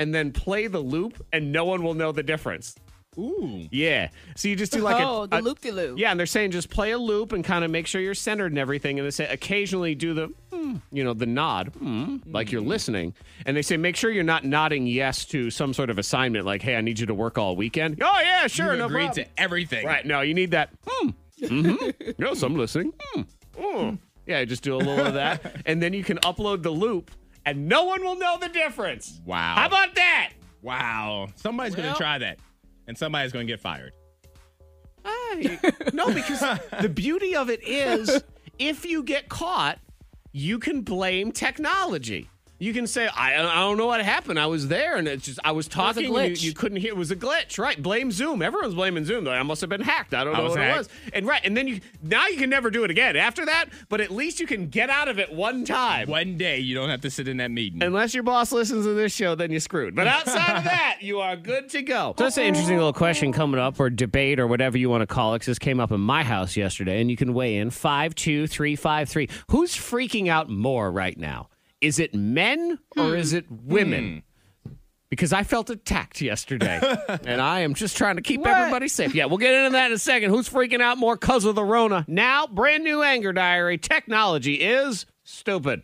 and then play the loop, and no one will know the difference.
Ooh.
Yeah. So you just do like a-
oh,
a,
the loop de loop.
yeah, and they're saying just play a loop and kind of make sure you're centered and everything. And they say occasionally do the, mm, you know, the nod, mm, like
Mm-hmm.
you're listening. And they say make sure you're not nodding yes to some sort of assignment, like, hey, I need you to work all weekend. Oh yeah, sure,
you
no
agreed
problem.
to everything.
Right? No, you need that. Mm, hmm yes, I'm listening. Mm, mm. Yeah, just do a little of that, and then you can upload the loop, and no one will know the difference.
Wow.
How about that?
Wow. Somebody's gonna try that, and somebody's gonna get fired.
No, because the beauty of it is if you get caught, you can blame technology. You can say, I, I don't know what happened. I was there and it's just, I was
was a
talking. and
glitch.
You, you couldn't hear. It was a glitch, right? Blame Zoom. Everyone's blaming Zoom. They're like, I must have been hacked. I don't
I
know
was
what it
hacked.
was. And right. And then you, now you can never do it again after that, but at least you can get out of it one time.
One day you don't have to sit in that meeting.
Unless your boss listens to this show, then you're screwed. But outside of that, you are good to go. So that's an interesting little question coming up, or debate, or whatever you want to call it. 'cause this came up in my house yesterday, and you can weigh in five two three five three. Who's freaking out more right now? Is it men or is it women? Because I felt attacked yesterday, and I am just trying to keep everybody safe. Yeah, we'll get into that in a second. Who's freaking out more because of the Rona? Now, brand new anger diary. Technology is stupid.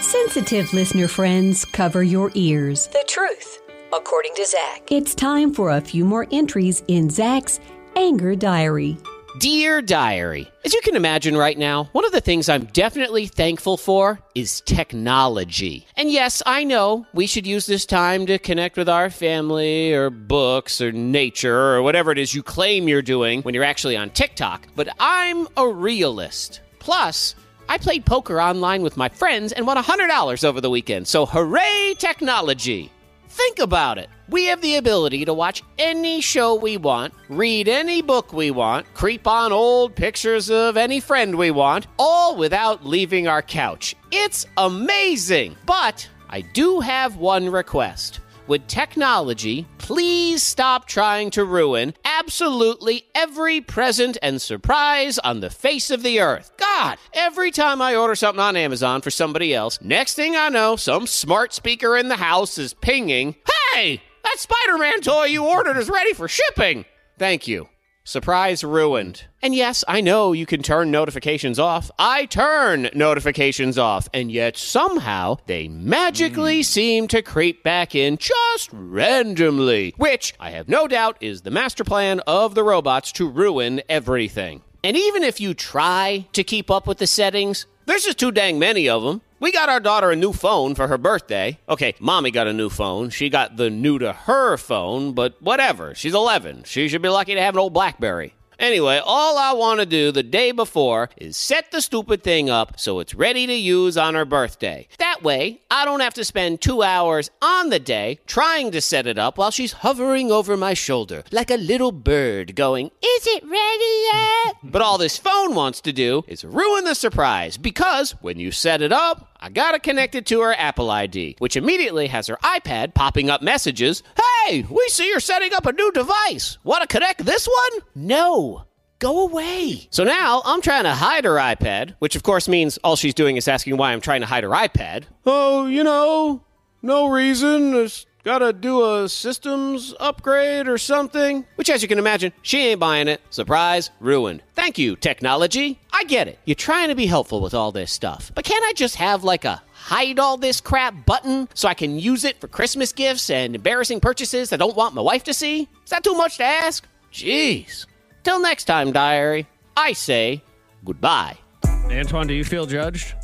Sensitive listener friends, cover your ears.
The truth, according to Zach.
It's time for a few more entries in Zach's Anger Diary.
Dear Diary, as you can imagine right now, one of the things I'm definitely thankful for is technology. And yes, I know we should use this time to connect with our family or books or nature or whatever it is you claim you're doing when you're actually on TikTok, but I'm a realist. Plus, I played poker online with my friends and won $100 over the weekend, so hooray, technology! Think about it. We have the ability to watch any show we want, read any book we want, creep on old pictures of any friend we want, all without leaving our couch. It's amazing! But I do have one request. Would technology please stop trying to ruin absolutely every present and surprise on the face of the earth? God, every time I order something on Amazon for somebody else, next thing I know, some smart speaker in the house is pinging, Hey, that Spider Man toy you ordered is ready for shipping. Thank you. Surprise ruined. And yes, I know you can turn notifications off. I turn notifications off, and yet somehow they magically seem to creep back in just randomly, which I have no doubt is the master plan of the robots to ruin everything. And even if you try to keep up with the settings, there's just too dang many of them. We got our daughter a new phone for her birthday. Okay, mommy got a new phone. She got the new to her phone, but whatever. She's 11. She should be lucky to have an old Blackberry. Anyway, all I want to do the day before is set the stupid thing up so it's ready to use on her birthday. That way, I don't have to spend two hours on the day trying to set it up while she's hovering over my shoulder like a little bird going, Is it ready yet? but all this phone wants to do is ruin the surprise because when you set it up, I gotta connect it to her Apple ID, which immediately has her iPad popping up messages. Hey, we see you're setting up a new device. Wanna connect this one? No. Go away. So now I'm trying to hide her iPad, which of course means all she's doing is asking why I'm trying to hide her iPad. Oh, you know, no reason. It's Gotta do a systems upgrade or something. Which, as you can imagine, she ain't buying it. Surprise, ruined. Thank you, technology. I get it. You're trying to be helpful with all this stuff. But can't I just have like a hide all this crap button so I can use it for Christmas gifts and embarrassing purchases I don't want my wife to see? Is that too much to ask? Jeez. Till next time, diary, I say goodbye.
Antoine, do you feel judged?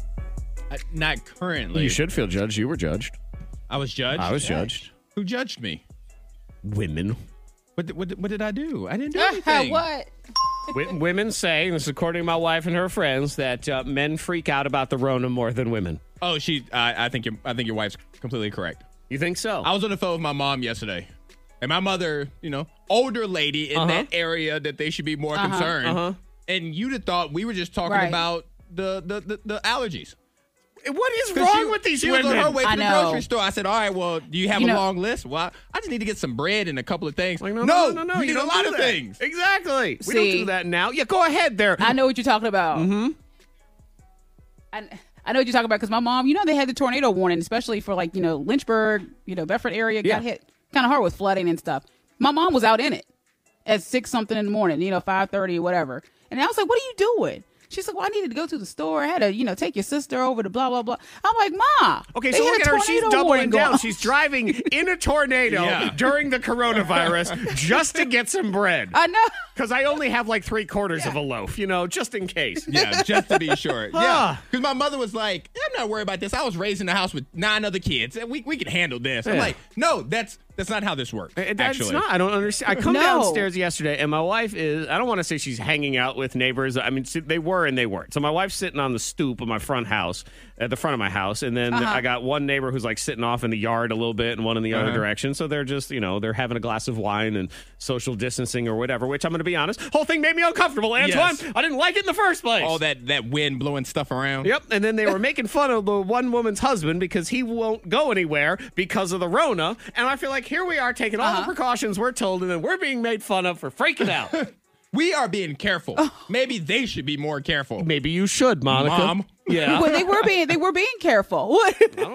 not currently.
You should feel judged. You were judged.
I was judged.
I was judged.
Who judged me?
Women.
What, what, what did I do? I didn't do anything.
what?
Wi- women say, and this is according to my wife and her friends, that uh, men freak out about the Rona more than women.
Oh, she. I I think your. I think your wife's completely correct.
You think so?
I was on the phone with my mom yesterday, and my mother, you know, older lady
Uh-huh.
in that area that they should be more
Uh-huh,
concerned.
uh-huh.
And you'd have thought we were just talking
Right.
about the the the, the allergies.
What is
'Cause
wrong
she-
with these
she
women?
was on her way to
I
the
know.
grocery store. I said, "All right, well, do you have
You
a
know-
long list? Well, I just need to get some bread and a couple of things."
Like,
no, you, need a
don't
lot
do
of
that.
things.
Exactly. We don't
See?
do that now. Yeah, go ahead there.
I know what you're talking about. Mm-hmm. I, I know what you're talking about because my mom, you know, they had the tornado warning, especially for like, you know, Lynchburg, you know, Bedford area
Yeah.
got hit kind of hard with flooding and stuff. My mom was out in it at six something in the morning, you know, 530, whatever. And I was like, what are you doing? She's like, well, I needed to go to the store. I had to, you know, take your sister over to blah, blah, blah. I'm like, Ma.
Okay,
they
so
had
look
a
at her. She's
tornado
doubling
warning going
down.
on."
She's driving in a tornado
Yeah.
during the coronavirus just to get some bread.
I know.
Because I only have like three quarters of a loaf, you know, just in case.
Yeah, just to be sure. Yeah,
Ah.
because my mother was like, "I'm not worried about this. I was raised in a house with nine other kids, and we we can handle this." I'm
Yeah.
like, "No, that's that's not how this works."
It- That's
actually,
not. I don't understand. I come
No.
downstairs yesterday, and my wife is. I don't want to say she's hanging out with neighbors. I mean, si- they were and they weren't. So my wife's sitting on the stoop of my front house, at the front of my house, and then I got one neighbor who's like sitting off in the yard a little bit, and one in the other direction. So they're just, you know, they're having a glass of wine and social distancing or whatever. Which I'm going to be honest, whole thing made me uncomfortable. Antoine, I didn't like it in the first place.
all that that wind blowing stuff around.
Yep, and then they were making fun of the one woman's husband because he won't go anywhere because of the Rona. And I feel like here we are taking all the precautions we're told, and then we're being made fun of for freaking out.
We are being careful.
Oh.
Maybe they should be more careful.
Maybe you should, Monica.
Mom.
Yeah.
Well, they were being they were being careful.
I don't know. I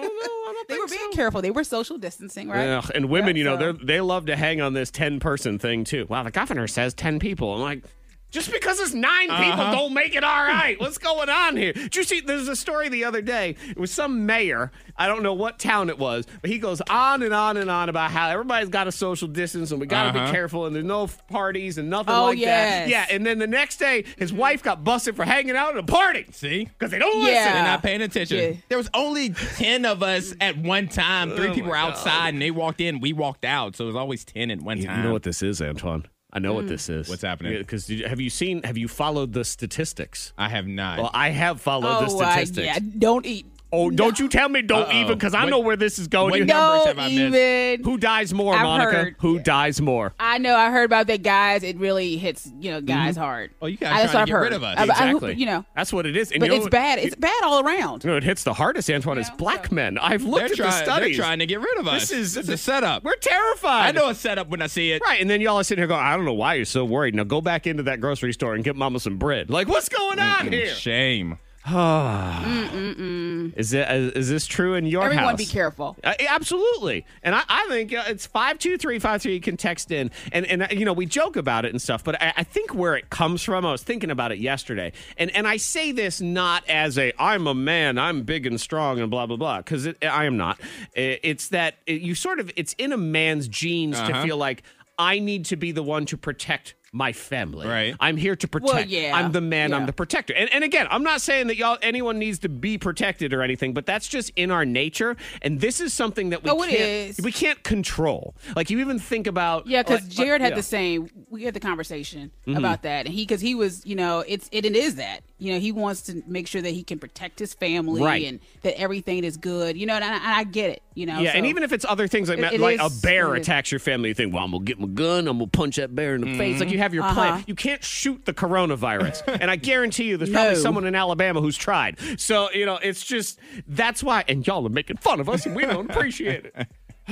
don't
they
think
were
so.
being careful. They were social distancing, right?
Ugh, and women, you know,
so-
they they love to hang on this ten person thing too. Wow, the governor says ten people. I'm like, just because it's 9 people don't make it all right. What's going on here? Uh-huh. Did you see? There's a story the other day. It was some mayor. I don't know what town it was, but he goes on and on and on about how everybody's got a social distance and we got to be
Uh-huh.
careful and there's no f- parties and nothing
Oh,
like that.
yes.
Yeah, and then the next day, his wife got busted for hanging out at a party
See?
because they don't
Yeah.
listen.
They're not paying attention.
Yeah.
There was only 10 of us at one time.
Oh
Three people were outside and they walked in, we walked out. So it was always 10 at one
You,
time.
you know what this is, Antoine. Um, I know
Hmm.
what this is.
What's happening?
Because have you seen? Have you followed the statistics?
I have not.
Well, I have followed the
uh,
statistics.
yeah. Don't eat.
Oh, don't you tell me don't
Uh-oh.
even, because I
What-
know where this is going.
what
You-
number- Numbers have
Don't
I missed?
even.
Who dies more,
I've
Monica?
heard.
Who dies more?
I know. I heard about that, guys. It really hits, you
Mm-hmm.
know, guys hard.
Oh, you guys
I, that's
trying to get
what I've heard.
rid of us.
I- I hope-
Exactly.
Uh, you know,
that's what it is. And
but
you know
it's
what-
bad. It's bad all around.
You know, it hits the hardest, Antoine, is
Yeah,
black
so-
men. I've
they're,
looked at the
trying, they're
studies.
trying to get rid of us.
This is
it's a setup.
We're terrified.
I know a setup when I see it.
Right, and then y'all are sitting here going, I don't know why you're so worried. Now go back into that grocery store and get mama some bread. Like, what's going on here?
Shame.
Is, it, is, is this true in your
Everyone,
house?
be careful.
Uh, absolutely, and I, I think uh, it's five two three five three. You can text in, and and uh, you know we joke about it and stuff, but I, I think where it comes from. I was thinking about it yesterday, and and I say this not as a I'm a man, I'm big and strong, and blah blah blah, because I am not. I- It's that it, you sort of it's in a man's genes to feel like I need to be the one to protect my family.
Right.
I'm here to protect.
yeah.
I'm the man. I'm
Yeah.
the protector. And, and again, I'm not saying that y'all anyone needs to be protected or anything, but that's just in our nature. And this is something that we
Oh, it
can't
is.
we can't control. Like you even think about
Yeah, because
like-
Jared had
yeah. Mm-hmm.
the same. We had the conversation about that, and he because he was, you know, it's it, it is that you know he wants to make sure that he can protect his family
Right.
and that everything is good, you know, and I, and I get it, you know.
Yeah, and
so-
even if it's other things like
It-
that,
it
like a
is-
bear
it is.
attacks your family, you think, well, I'm gonna get my gun, I'm gonna punch that bear
Mm-hmm.
in the face. Like you have
Uh-huh.
your plan. You can't shoot the coronavirus, and I guarantee you, there's probably
No.
someone in Alabama who's tried. So you know, it's just that's why. And y'all are making fun of us, and we don't appreciate it.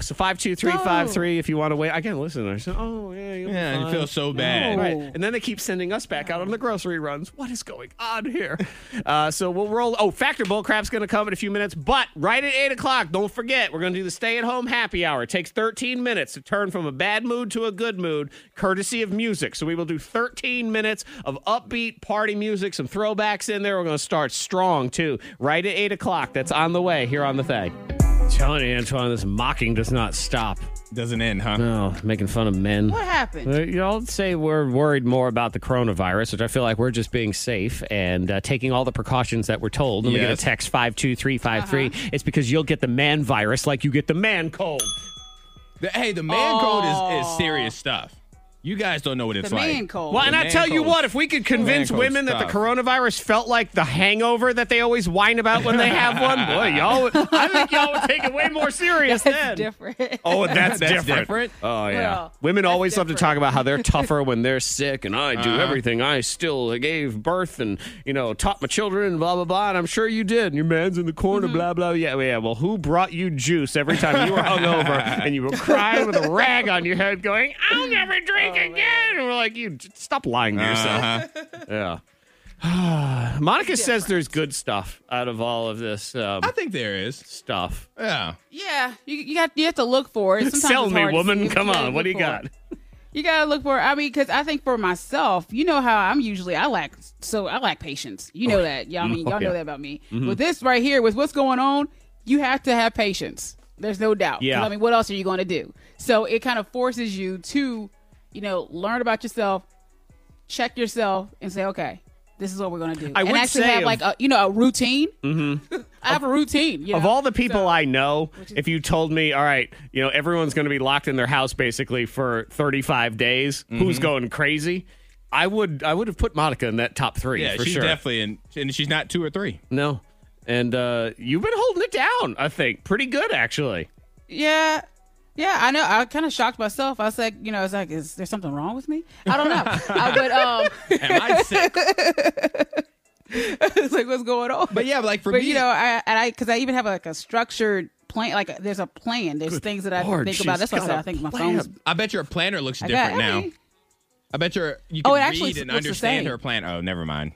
so five two three five three. If you want to wait, I can listen. I said, oh yeah, you'll be
Yeah, and it
fine."
feels so bad.
Right. And then they keep sending us back out on the grocery runs. What is going on here? uh, so we'll roll. Oh, Factor Bullcrap's going to come in a few minutes, but right at eight o'clock, don't forget we're going to do the stay-at-home happy hour. It takes thirteen minutes to turn from a bad mood to a good mood, courtesy of music. So we will do thirteen minutes of upbeat party music, some throwbacks in there. We're going to start strong too. Right at eight o'clock. That's on the way here on the thing. Telling you, Antoine, this mocking does not stop.
Doesn't end, huh?
No, making fun of men.
What happened?
Uh, Y'all say we're worried more about the coronavirus, which I feel like we're just being safe and uh, taking all the precautions that we're told. And we get a
Yes.
text 52353. It's because you'll get the man virus like you get the man cold.
The- hey, the man code is, is serious stuff. You guys don't know what it's
The
like.
man code.
Well, and
The
I
man
tell you
code's-
what, if we could convince
man code's
women that the
tough.
coronavirus felt like the hangover that they always whine about when they have one, boy, y'all, I think y'all would take it way more serious then.
different.
Oh,
That's
that's, different.
different?
Oh yeah.
Well,
Women always love to talk about how they're tougher when they're sick, and I do
Uh-huh.
everything. I still gave birth and you know taught my children and blah blah blah. And I'm sure you did. And your man's in the corner, blah blah. Yeah, yeah. Well, who brought you juice every time you were hungover and you were crying with a rag on your head, going, "I'll never drink again." And we're like, "You j- stop lying to yourself."
Uh-huh.
Yeah. Monica says there's good stuff out of all of this um,
I think there is.
stuff.
Yeah.
Yeah, you, you got you have to look for it. Sometimes
Sell
it's
me,
hard to see
woman.
it, but
Come
gotta
on. What
look
do you
for it.
got?
You gotta look for. it. I mean, because I think for myself, you know how I'm usually. I lack so I lack patience. You know that. Y'all I mean
Oh,
y'all know
yeah.
that about me. With this right here, with what's going on, you have to have patience. There's no doubt. 'Cause,
Yeah.
I mean, what else are you going to do? So it kind of forces you to, you know, learn about yourself, check yourself, and say, okay, this is what we're going to do.
I
and
would
actually
say
have
of-
like a you know a routine. Mm-hmm. I have a routine. You
Of
know?
all the people I know, if you told me, all right, you know, everyone's going to be locked in their house basically for 35 days, who's going crazy? I would I would have put Monica in that top 3
Yeah,
for
she's
sure.
definitely in, and she's not two or three.
no. And uh you've been holding it down, I think. Pretty good actually.
Yeah. Yeah, I know. I kind of shocked myself. I was like, you know, I was like, is there something wrong with me? I don't know. I, but um,
Am I sick?
it's like, what's going on?
but yeah, like for
but
me,
you know, I and I because I even have like a structured plan. Like, there's a plan. There's things that I
Lord,
think about.
she's
That's why I said
got a
I think my
plan.
phone's
I bet your planner looks
I
different
got, I
now.
mean,
I bet your you
Oh,
can
it actually
read and
looks the
understand
same.
her plan. Oh, never mind.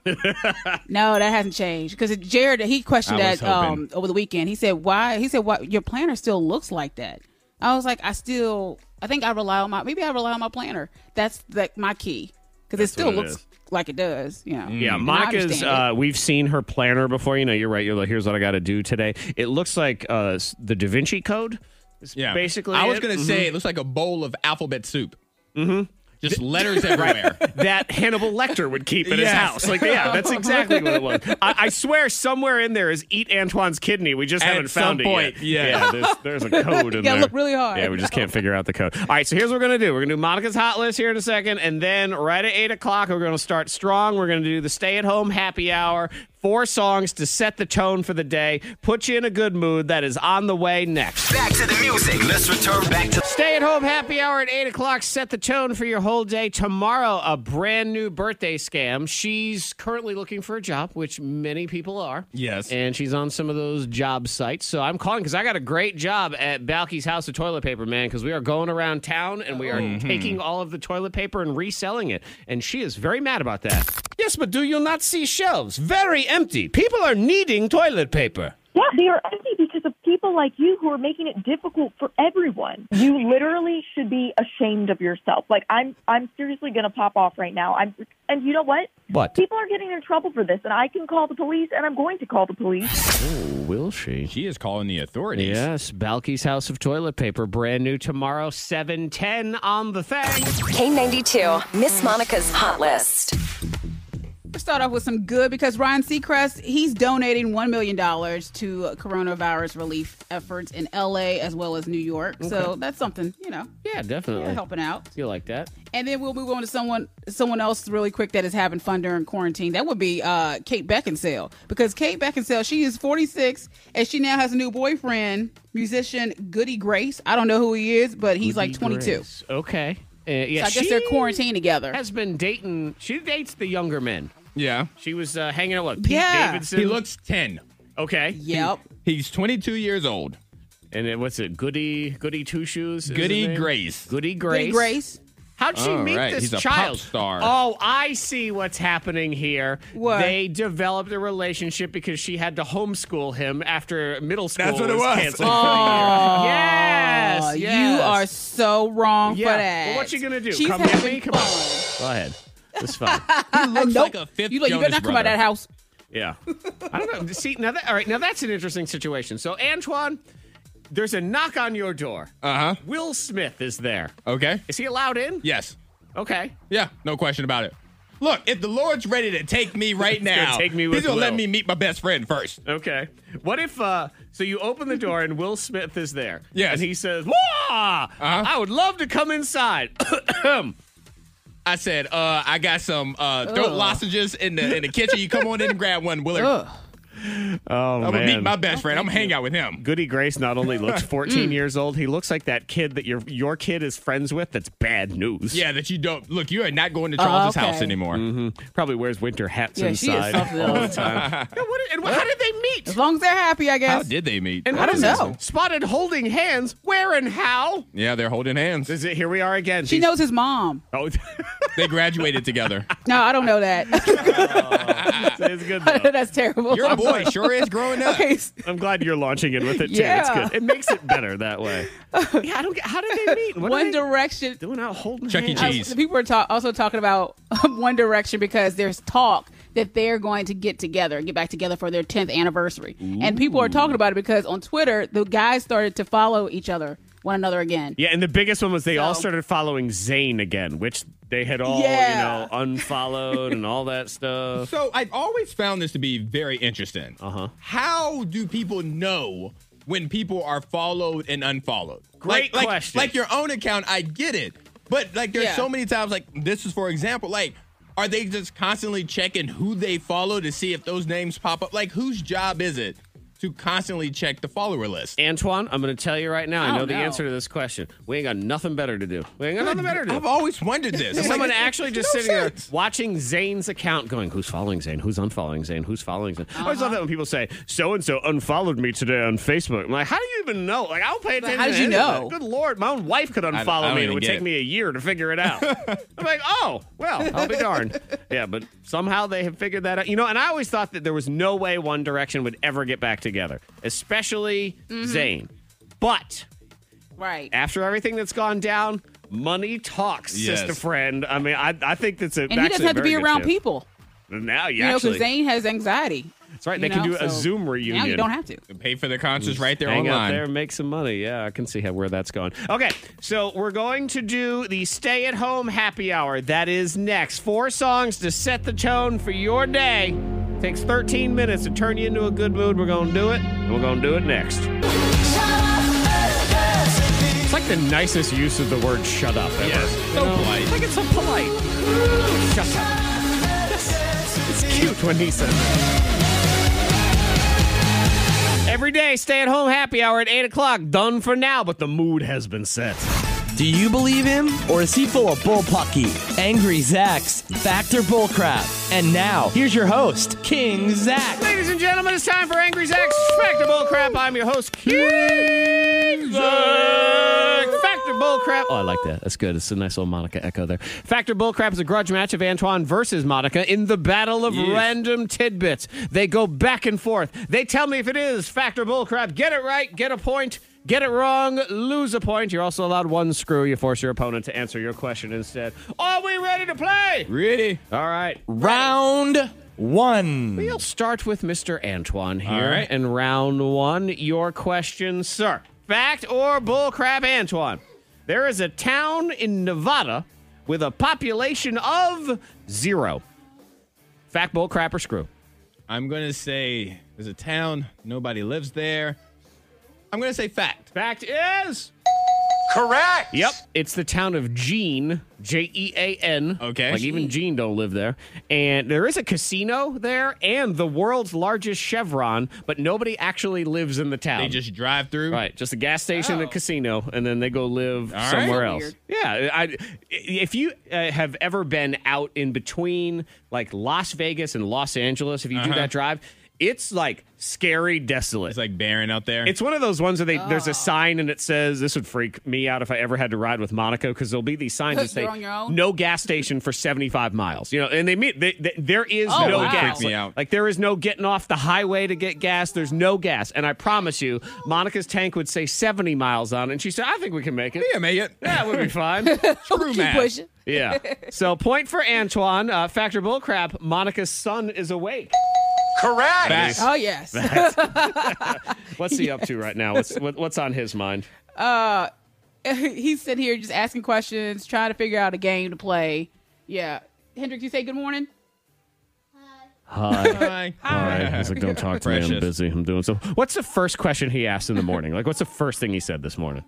No, that hasn't changed because Jared he questioned
I was
that um,
hoping.
over the weekend. He said, "Why?" He said, "What? Your planner still looks like that." I was like, "I still, I think I rely on my maybe I rely on my planner. That's like my key because it still
what it
looks
is.
like it does. You know?
Mm.
Yeah,
And I
Monica's.
understand it.
Uh, we've seen her planner before. You know, you're right. You're like, here's what I got to do today. It looks like uh, s- the Da Vinci Code. is
Yeah,
basically.
I was
it. Mm-hmm.
gonna say it looks like a bowl of alphabet soup. Mm-hmm. Just letters everywhere.
that Hannibal Lecter would keep in his
Yes.
house. Like, yeah, that's exactly what it was. I, I swear, somewhere in there is eat Antoine's kidney. We just
At
haven't
some
found
point,
it yet.
yeah.
there's, there's a code in
gotta
there.
look really hard.
Yeah, we just can't figure out the code. All right, so here's what we're gonna do. We're gonna do Monica's hot list here in a second, and then right at eight o'clock, we're gonna start strong. We're gonna do the stay-at-home happy hour. Four songs to set the tone for the day, put you in a good mood. That is on the way next.
Back to the music. Let's return back to
Stay at home happy hour at 8 o'clock. Set the tone for your whole day. Tomorrow, a brand new birthday scam. She's currently looking for a job, which many people are.
Yes.
And she's on some of those job sites. So I'm calling because I got a great job at Balky's House of Toilet Paper, man, because we are going around town and we are taking all of the toilet paper and reselling it. And she is very mad about that. Yes, but do you not see shelves? Very empty. People are needing toilet paper.
Yeah, they are empty because of people like you who are making it difficult for everyone. You literally should be ashamed of yourself. Like I'm I'm seriously going to pop off right now. I'm and you know what?
What?
People are getting in trouble for this and I can call the police and I'm going to call the police.
Oh, will she?
she is calling the authorities.
Yes, Balky's House of Toilet Paper, brand new tomorrow, 710 on the thing.
K92, Miss Monica's Hot List.
Let's start off with some good because Ryan Seacrest he's donating one million dollars to coronavirus relief efforts in L.A. as well as New York. So that's something you know,
Yeah,
yeah,
definitely.
helping out.
You like that?
And then we'll move on to someone someone else really quick that is having fun during quarantine. That would be uh, Kate Beckinsale because Kate Beckinsale she is 46 and she now has a new boyfriend, musician Goody Grace. I don't know who he is, but he's like 22.
Grace. Okay. Uh, yeah,
So I guess
she
they're quarantined together.
Has been dating. She dates the younger men.
Yeah.
She was uh, hanging out with Pete
Yeah.
Davidson.
He looks ten.
okay.
Yep.
He's 22 years old.
And it, what's it? Goody Goody Two Shoes. is
Goody
his name?
Grace.
Goody Grace.
Grace.
How'd she
All
meet
right,
this
he's a pop
child?
star.
Oh, I see what's happening here.
What?
They developed a relationship because she had to homeschool him after middle school
what it was. Oh,
canceled for a year. Yes, yes.
You are so wrong
Yeah.
for that.
Well, what you gonna do?
She's
Come
having
get me? Come
fun.
on. Go ahead. It's fine.
looks
like a fifth
You, look- you better
Jonas
not come out
brother.
of that house.
Yeah. I don't know. See, now that, all right, now that's an interesting situation. So, Antoine, there's a knock on your door.
Uh huh.
Will Smith is there.
Okay.
Is he allowed in?
Yes.
Okay.
Yeah. No question about it. Look, if the Lord's ready to take me right
He's gonna
now,
take me
he's
with
gonna let
Will.
me meet my best friend first.
Okay. What if, uh, so you open the door and Will Smith is there.
Yes.
And he says, Wah! I would love to come inside.
I said, uh, I got some uh, throat lozenges in the in the kitchen. You come on in and grab one, Willard.
oh,
I'm gonna meet my best friend. I'm gonna hang out with him.
Goody Grace not only looks 14 years old, he looks like that kid that your your kid is friends with. That's bad news.
Yeah, that you don't look. You are not going to
Oh,
Charles's
okay.
house anymore.
Probably wears winter hats
Yeah, she is
inside
something
all the
else.
time. Yeah, Oh, what- and how did they meet?
As long as they're happy, I
How
guess.
did they meet?
And
I
what
don't
is this?
know.
Spotted holding hands. Where and how?
Yeah, they're holding hands.
Is it? Here we are again.
she
These-
knows his mom.
Oh,
They graduated together.
No, I don't know that.
it's good though.
That's terrible.
Your boy sure is growing up.
Okay,
I'm glad you're launching in with it too. It's
Yeah.
good. It makes it better that way. yeah, I don't get. How did they meet? What are
One
they
Direction.
doing out holding
Chuck E.
hands?
Cheese.
The people are ta- also talking about One Direction because there's talk that they're going to get together and get back together for their 10th anniversary. And people are talking about it because on Twitter, the guys started to follow each other, one another again.
Yeah, and the biggest one was they all
So-
started following Zayn again, which they had all
Yeah.
you know unfollowed and all that stuff.
So I've always found this to be very interesting. Uh
Uh-huh.
huh. How do people know when people are followed and unfollowed?
Great
Like- like,
question.
Like, your own account, I get it, but like there's
Yeah.
so many times. Like this is for example, like. Are they just constantly checking who they follow to see if those names pop up? Like, whose job is it to constantly check the follower list?
Antoine, I'm going to tell you right now. I
Oh,
know the
no.
answer to this question. We ain't got nothing better to do. We ain't got nothing better to do.
I've always wondered this. Like,
Someone
it-
actually
it-
just
no
sitting
sense.
there watching Zane's account going, who's following Zane? Who's unfollowing Zane? Who's following Zane? I always love that when people say, so and so unfollowed me today on Facebook. I'm like, how do you even know? Like, I don't pay attention
how
to
did you
any of
know?
that. Good Lord, my own wife could
I
unfollow
don't
me and it
even
would
get
take
it.
me a year to figure it out. I'm like, oh, well, I'll be darned. Yeah, but somehow they have figured that out. You know, and I always thought that there was no way One Direction would ever get back together, especially Zayn. But
Right.
after everything that's gone down, money talks,
Yes.
sister friend. I mean, I, I think that's a
And he doesn't have to be around people.
Now you,
You know,
actually
because Zane has anxiety.
that's right. They
you
can
know,
do a
so
Zoom reunion.
Now you don't have to.
Pay for their concerts right there
Hang out
online.
there, and make some money. Yeah, I can see how where that's going. Okay, so we're going to do the stay-at-home happy hour. That is next. Four songs to set the tone for your day. Takes 13 minutes to turn you into a good mood. We're gonna do it, and we're gonna do it next. It's like the nicest use of the word "shut up" ever.
Yes. So polite.
Like it's so polite. Shut up. It's cute when he says it. Every day, stay at home happy hour at 8 o'clock. Done for now, but the mood has been set.
Do you believe him, or is he full of bullpucky? Angry Zach's Factor Bullcrap. And now, here's your host, King Zach.
Ladies and gentlemen, it's time for Angry Zach's Factor Bullcrap. I'm your host, King Zach. Factor Bullcrap. Oh, I like that. That's good. It's a nice little Monica echo there. Factor Bullcrap is a grudge match of Antoine versus Monica in the battle of random tidbits. They go back and forth. They tell me if it is Factor Bullcrap. Get it right, get a point. Get it wrong, lose a point. You're also allowed one screw. You force your opponent to answer your question instead. Are we ready to play?
Really?
All right.
Round one.
We'll start with Mr. Antoine here.
All right.
And round one, your question, sir. Fact or bullcrap, Antoine? There is a town in Nevada with a population of zero. Fact, bullcrap, or screw?
I'm gonna say there's a town, nobody lives there. I'm gonna say fact.
Fact is.
Correct.
Yep. It's the town of Jean, J E A N.
Okay.
Like even Jean don't live there. And there is a casino there and the world's largest Chevron, but nobody actually lives in the town.
They just drive through.
Right, just a gas station, a
Oh.
casino, and then they go live
right.
somewhere
So
else.
weird.
Yeah, I, if you uh, have
Uh-huh.
ever been out in between like Las Vegas and Los Angeles, if you do that drive, It's like scary, desolate. It's
like barren out there.
It's one of those ones where they there's
Ah.
a sign and it says this would freak me out if I ever had to ride with Monaco because there'll be these signs that say
You're on your own?
no gas station for 75 miles. You know, and they mean they, they- there is
Oh,
no
wow.
gas.
Freak me
Like-
out.
Like there is no getting off the highway to get gas. There's no gas, and I promise you, Monica's tank would say 70 miles on, it, and she said, "I think we can make it. Yeah,
make it.
Yeah, we'll be fine.
Keep math. pushing.
Yeah. So point for Antoine. Uh, factor bullcrap. Monica's son is awake.
Correct.
Facts.
Oh yes.
Facts. What's he up to right now? What's what, what's on his mind?
uh, he's sitting here just asking questions, trying to figure out a game to play. Yeah, Hendrix, you say good morning.
Hi.
Hi.
Hi. He's like, don't talk to me. I'm
Precious.
busy. I'm doing so. What's the first question he asked in the morning? Like, what's the first thing he said this morning?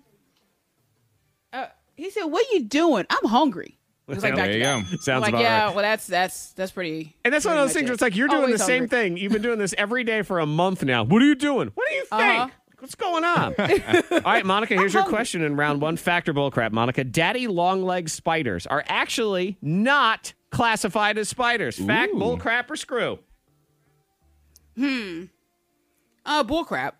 Uh, he said, "What you doing? I'm hungry." It was like back to back. I'm
Sounds
like,
about
yeah,
right.
well, that's that's that's pretty.
And that's one of
pretty
those things
much
where
it.
it's like you're doing
Always
the same
hungry.
thing. You've been doing this every day for a month now. What are you doing? What do you think?
Uh-huh.
What's going on? All right, Monica, here's your question in round one. Factor bullcrap, Monica. Daddy long leg spiders are actually not classified as spiders. Fact,
Ooh.
bullcrap, or screw?
Hmm. Uh, bullcrap.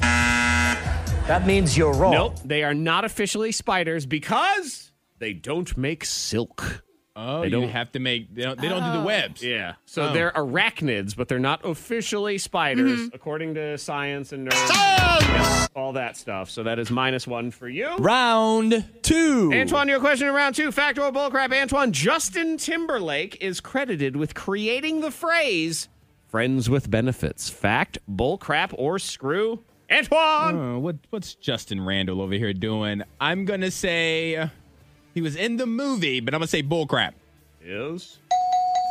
That means you're wrong. Nope, they are not officially spiders because they don't make silk.
Oh,
They
you
don't-
have to make. They don't, they don't do
Oh.
the webs.
Yeah. So
Oh.
they're arachnids, but they're not officially spiders,
Mm-hmm.
according to science and nerds. Yep, all that stuff. So that is minus one for you.
Round two.
Antoine, your question in round two. Fact or bullcrap? Antoine, Justin Timberlake is credited with creating the phrase friends with benefits. Fact, bullcrap, or screw? Antoine!
Uh, what what's Justin Randall over here doing? I'm gonna say uh, he was in the movie, but I'm gonna say bullcrap.
Is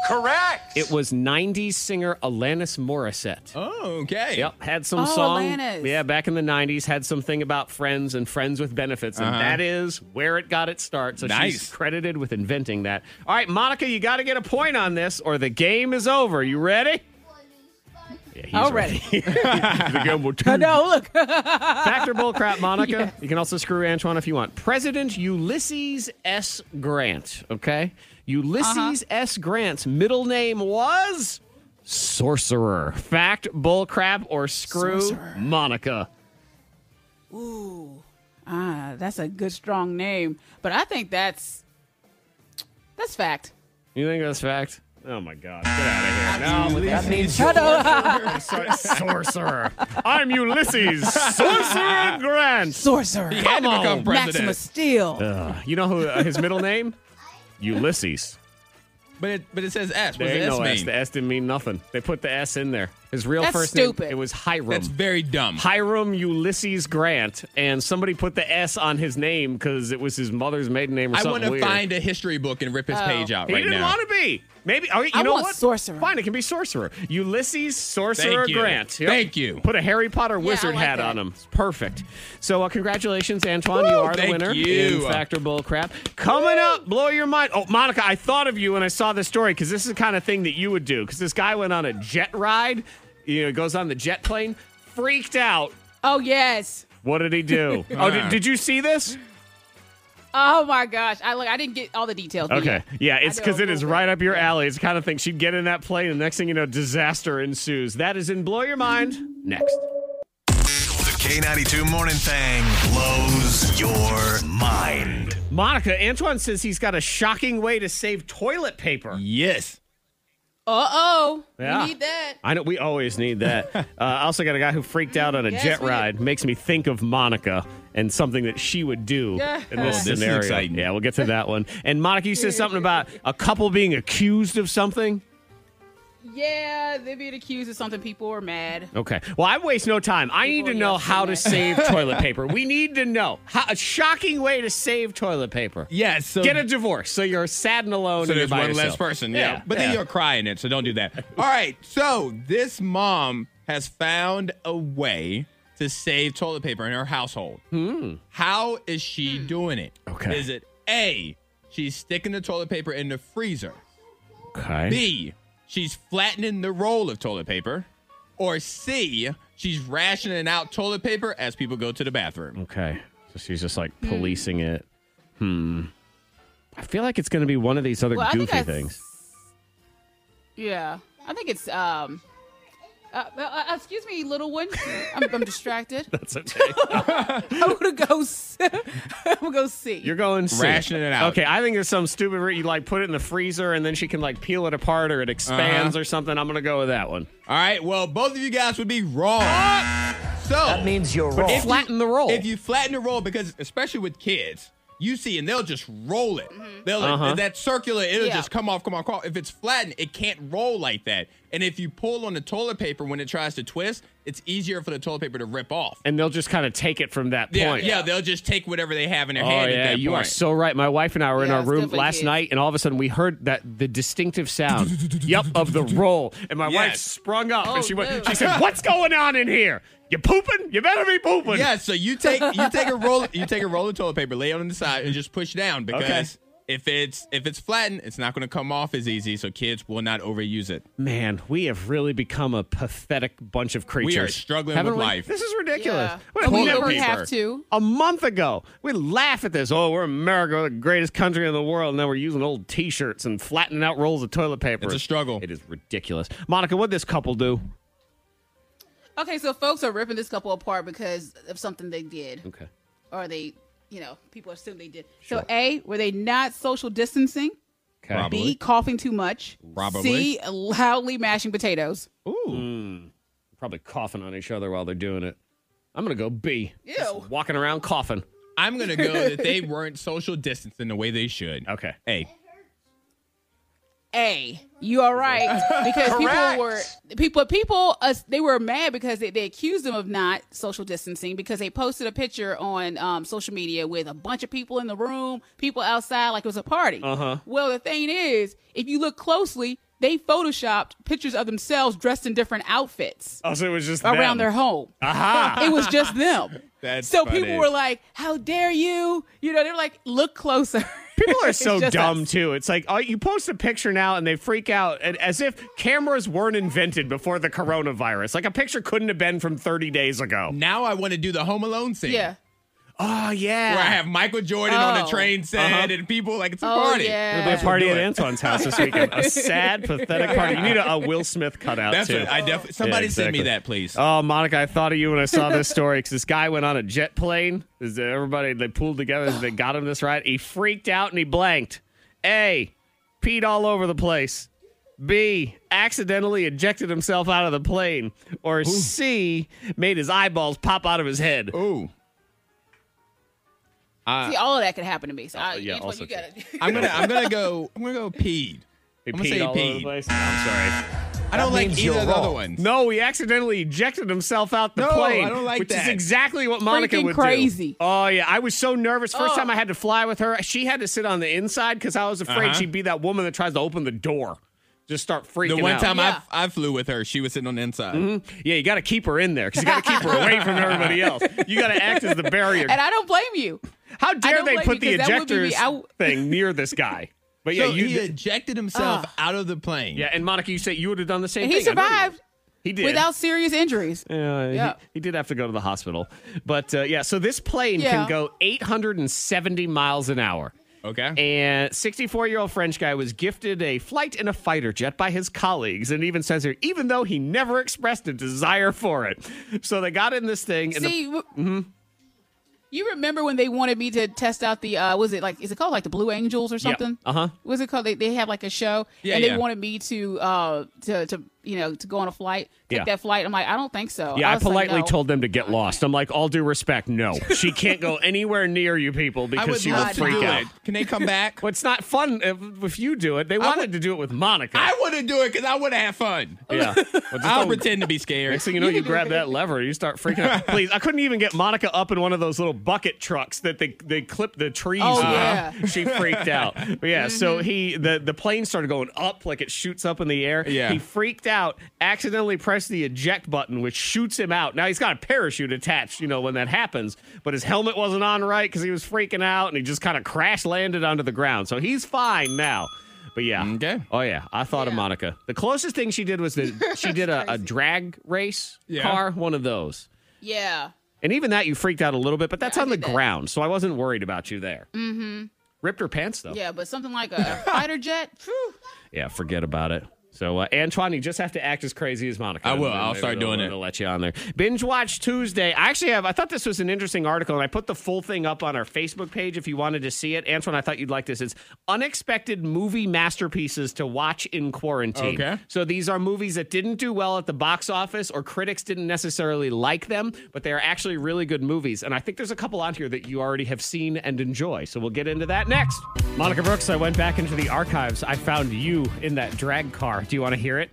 correct.
It was 90s singer Alanis Morissette.
Oh, okay.
Yep, had some
Oh,
song.
Alanis.
Yeah, back in the 90s, had something about friends and friends with benefits, and
Uh-huh.
that is where it got its start. So she's
Nice.
credited with inventing that. All right, Monica, you got to get a point on this, or the game is over. You ready? Yeah, he's
All ready.
the game will
Uh, Oh, no, look.
Factor bullcrap, Monica. You can also screw Antoine if you want. President Ulysses S. Grant, okay? Ulysses
Uh-huh.
S. Grant's middle name was Sorcerer. Fact, bullcrap, or screw Monica.
Ooh, ah, that's a good strong name, but I think that's that's fact.
You think that's fact? Oh my God. Get out of here. No,
That means
Sorcerer. Sorcerer. I'm Ulysses. Sorcerer Grant.
Sorcerer.
Come on.
Maximus Steel.
Ugh. you know who uh, his middle name? Ulysses.
But it but it says S. What
There ain't
does
no
S
S.
mean?
The S didn't mean nothing. They put the S in there. His real
That's
first
stupid.
name it was Hiram.
That's very dumb.
Hiram Ulysses Grant, and somebody put the S on his name because it was his mother's maiden name or
I
something
want to
weird.
find a history book and rip his
Oh.
page out
he
right
didn't
now.
want to be. Maybe okay, you
I
know
want
what?
sorcerer.
Fine, it can be sorcerer. Ulysses Sorcerer
Thank you.
Grant. Yep.
Thank you.
Put a Harry Potter
Yeah,
wizard
I like
hat
that.
on him. It's perfect. So uh, congratulations, Antoine.
Woo,
you are the
thank
winner.
you.
In Factor Bullcrap. Coming up, blow your mind. Oh, Monica, I thought of you when I saw this story because this is the kind of thing that you would do. Because this guy went on a jet ride. You know, goes on the jet plane, freaked out.
Oh yes.
What did he do? oh, did,
Ah.
did you see this?
Oh my gosh. I look. I didn't get all the details. but
Okay. Yeah, it's
I know
because
a
it is
little
right up your alley. It's the kind of thing she'd get in that plane, and next thing you know, disaster ensues. That is in Blow Your Mind next.
The K92 Morning Thang blows your mind.
Monica, Antoine says he's got a shocking way to save toilet paper.
Yes.
Uh oh.
Yeah.
We need that.
I know we always need that. uh, I also got a guy who freaked out on a
Yes,
jet
we do.
ride. Makes me think of Monica and something that she would do in
Oh,
this
this is
scenario.
exciting.
Yeah, we'll get to that one. And Monica, you said something about a couple being accused of something.
Yeah, they being accused of something. People are mad.
Okay. Well, I waste no time. I need
People
to know
yes
how
and
to
yes.
save toilet paper. We need to know how, a shocking way to save toilet paper.
Yes. So
Get a divorce so you're sad and alone.
So
and you're
there's
by
one
yourself.
less person. Yeah. But
yeah.
then you're crying it, so don't do that. All right. So this mom has found a way to save toilet paper in her household. How is she doing it?
Okay.
Is it A, she's sticking the toilet paper in the freezer?
okay.
B, she's flattening the roll of toilet paper? Or C, she's rationing out toilet paper as people go to the bathroom?
Okay. So she's just like policing it. Hmm. I feel like it's going to be one of these other
Well, I think
goofy
I-
things.
Yeah, I think it's um, Uh, uh, uh, excuse me, little one. I'm, I'm distracted.
That's okay.
I'm gonna go. s- I'm gonna go see.
You're going C.
Rationing it out.
Okay, I think there's some stupid. Re- you like put it in the freezer and then she can like peel it apart or it expands
Uh-huh.
or something. I'm gonna go with that one.
All right. Well, both of you guys would be wrong. So that
means you're
wrong. Flatten
the roll. If you flatten the roll, because especially with kids, you see, and they'll just roll it. They'll
Uh-huh.
that circular. It'll
Yeah.
just come off, come off, come off. If it's flattened, it can't roll like that. And if you pull on the toilet paper when it tries to twist, it's easier for the toilet paper to rip off.
And they'll just kind of take it from that
Yeah,
point.
yeah. They'll just take whatever they have in their
Oh
hand.
yeah,
at that
you are
point.
so right. My wife and I were in
Yeah,
our
it's
room
definitely
last
kids.
night, and all of a sudden we heard that the distinctive sound, yep, of the roll. And my wife
Yes.
sprung up
Oh,
and she went.
no.
She said, "What's going on in here? You pooping? You better be pooping."
Yeah, so you take you take a roll you take a roll of toilet paper, lay it on the side, and just push down because
Okay.
if it's if it's flattened, it's not going to come off as easy. So kids will not overuse it.
Man, we have really become a pathetic bunch of creatures.
We are struggling
Haven't
with
we?
life.
This is ridiculous.
Yeah.
Wait,
But we
we
know
never-
we have to.
A month ago, we laugh at this. Oh, we're America, we're the greatest country in the world. Now we're using old T-shirts and flattening out rolls of toilet paper.
It's a struggle.
It is ridiculous. Monica, what this couple do?
Okay, so folks are ripping this couple apart because of something they did.
Okay.
Or they, you know, people assume they did. So A, were they not social distancing? B, coughing too much.
Probably.
C, loudly mashing potatoes.
Ooh. Probably coughing on each other while they're doing it. I'm gonna go B. Ew. walking around coughing.
I'm gonna go that they weren't social distancing the way they should.
Okay.
Hey,
A. You are right because people
Correct.
were people people uh, they were mad because they, they accused them of not social distancing because they posted a picture on um, social media with a bunch of people in the room, people outside, like it was a party.
Uh-huh.
Well, the thing is, if you look closely, they photoshopped pictures of themselves dressed in different outfits
Oh, so it was just
around
them. Uh-huh.
their home.
Aha.
It was just them.
That's
so
funny.
people were like, "How dare you?" You know, they're like, "Look closer."
People are
It's
so
just
dumb
us.
too. It's like oh, you post a picture now and they freak out, and as if cameras weren't invented before the coronavirus. Like a picture couldn't have been from 30 days ago.
now I want to do the Home Alone scene.
Yeah.
Oh yeah,
Where I have Michael Jordan on
Oh.
the train set
Uh-huh.
and people like it's a
Oh,
party.
yeah.
There'll be a party at Antoine's house this weekend. A sad, pathetic party. You need a, a Will Smith cutout
That's
too.
what I definitely. Somebody send me
exactly.
that, please.
Oh, Monica, I thought of you when I saw this story because this guy went on a jet plane. Is that Everybody, they pooled together. They got him this ride. He freaked out and he blanked. A, peed all over the place. B, accidentally ejected himself out of the plane. Or C, made his eyeballs pop out of his head.
Ooh.
See, all of that could happen to me. So I,
Oh, yeah,
Antoine,
also
you got it.
I'm gonna I'm gonna go I'm gonna go peed. I'm
He
gonna
peed
say
all over the
peed.
place. I'm sorry.
I don't like
means
either
you're
of the other
wrong.
ones.
No, he accidentally ejected himself out the
No, I
plane.
don't like
which is
that.
exactly what Monica
Freaking
would
crazy.
do. Oh yeah, I was so nervous. First
Oh.
time I had to fly with her, she had to sit on the inside because I was afraid
Uh-huh.
she'd be that woman that tries to open the door, just start freaking
The one
out.
time
Yeah.
I, I flew with her, she was sitting on the inside.
yeah, you got to keep her in there because you got to keep her away from everybody else. You got to act as the barrier.
And I don't blame you.
How dare
don't
they
blame
put
you
the
'cause that would be
ejectors
me. I w-
thing near this guy? But yeah,
so
you.
he ejected himself out of the plane.
yeah, and Monica, you say you would have done the same
And he
thing. I know you would.
survived
He did
without serious injuries.
Yeah, he-
Yeah.
He, did have to go to the hospital. But uh, yeah, so this plane
Yeah.
can go 870 miles an hour.
Okay.
And 64 year old French guy was gifted a flight in a fighter jet by his colleagues and even says here, even though he never expressed a desire for it. So they got in this thing. And the- mm-hmm.
See, w- you remember when they wanted me to test out the uh, was it like is it called like the Blue Angels or something?
Uh-huh.
Was it called? They, they have like a show,
Yeah,
and they
yeah.
wanted me to uh to to you know to go on a flight, take
Yeah.
that flight. I'm like, I don't think so.
yeah, I,
was like,
politely
no.
told them to get lost. I'm like, all due respect, no. She can't go anywhere near you people
I
because
would
she will
love to
freak
do
out.
it. Can they come back?
Well, it's not fun if, if you do it. They wanted to do it with Monica.
I want to do it because I want to have fun.
yeah. Well, just
I'll
don't-
pretend to be scared.
Next thing you know, you grab that lever, you start freaking out. Please, I couldn't even get Monica up in one of those little bucket trucks that they they clip the trees.
Oh,
with.
yeah. Mm-hmm.
she freaked out. But yeah, so he the the plane started going up like it shoots up in the air.
Yeah.
he freaked out, accidentally pressed the eject button, which shoots him out. Now he's got a parachute attached, you know, when that happens. But his helmet wasn't on right because he was freaking out, and he just kind of crash landed onto the ground. So he's fine now. But yeah.
Okay.
Oh yeah, I thought of Monica. The closest thing she did was that she did a, a drag race
Yeah.
car, one of those.
Yeah.
And even that you freaked out a little bit, but that's
I
on the
did that.
ground, so I wasn't worried about you there. Mm-hmm. Ripped her pants though.
Yeah, but something like a fighter jet. phew.
Yeah, forget about it. So uh, Antoine, you just have to act as crazy as Monica.
I will.
And then
I'll
maybe
start
they'll-
doing it.
They'll let you on there. Binge Watch Tuesday. I actually have. I thought this was an interesting article, and I put the full thing up on our Facebook page if you wanted to see it. Antoine, I thought you'd like this. It's unexpected movie masterpieces to watch in quarantine.
Okay.
So these are movies that didn't do well at the box office, or critics didn't necessarily like them, but they are actually really good movies. And I think there's a couple on here that you already have seen and enjoy. So we'll get into that next. Monica Brooks, I went back into the archives. I found you in that drag car. Do you want to hear it?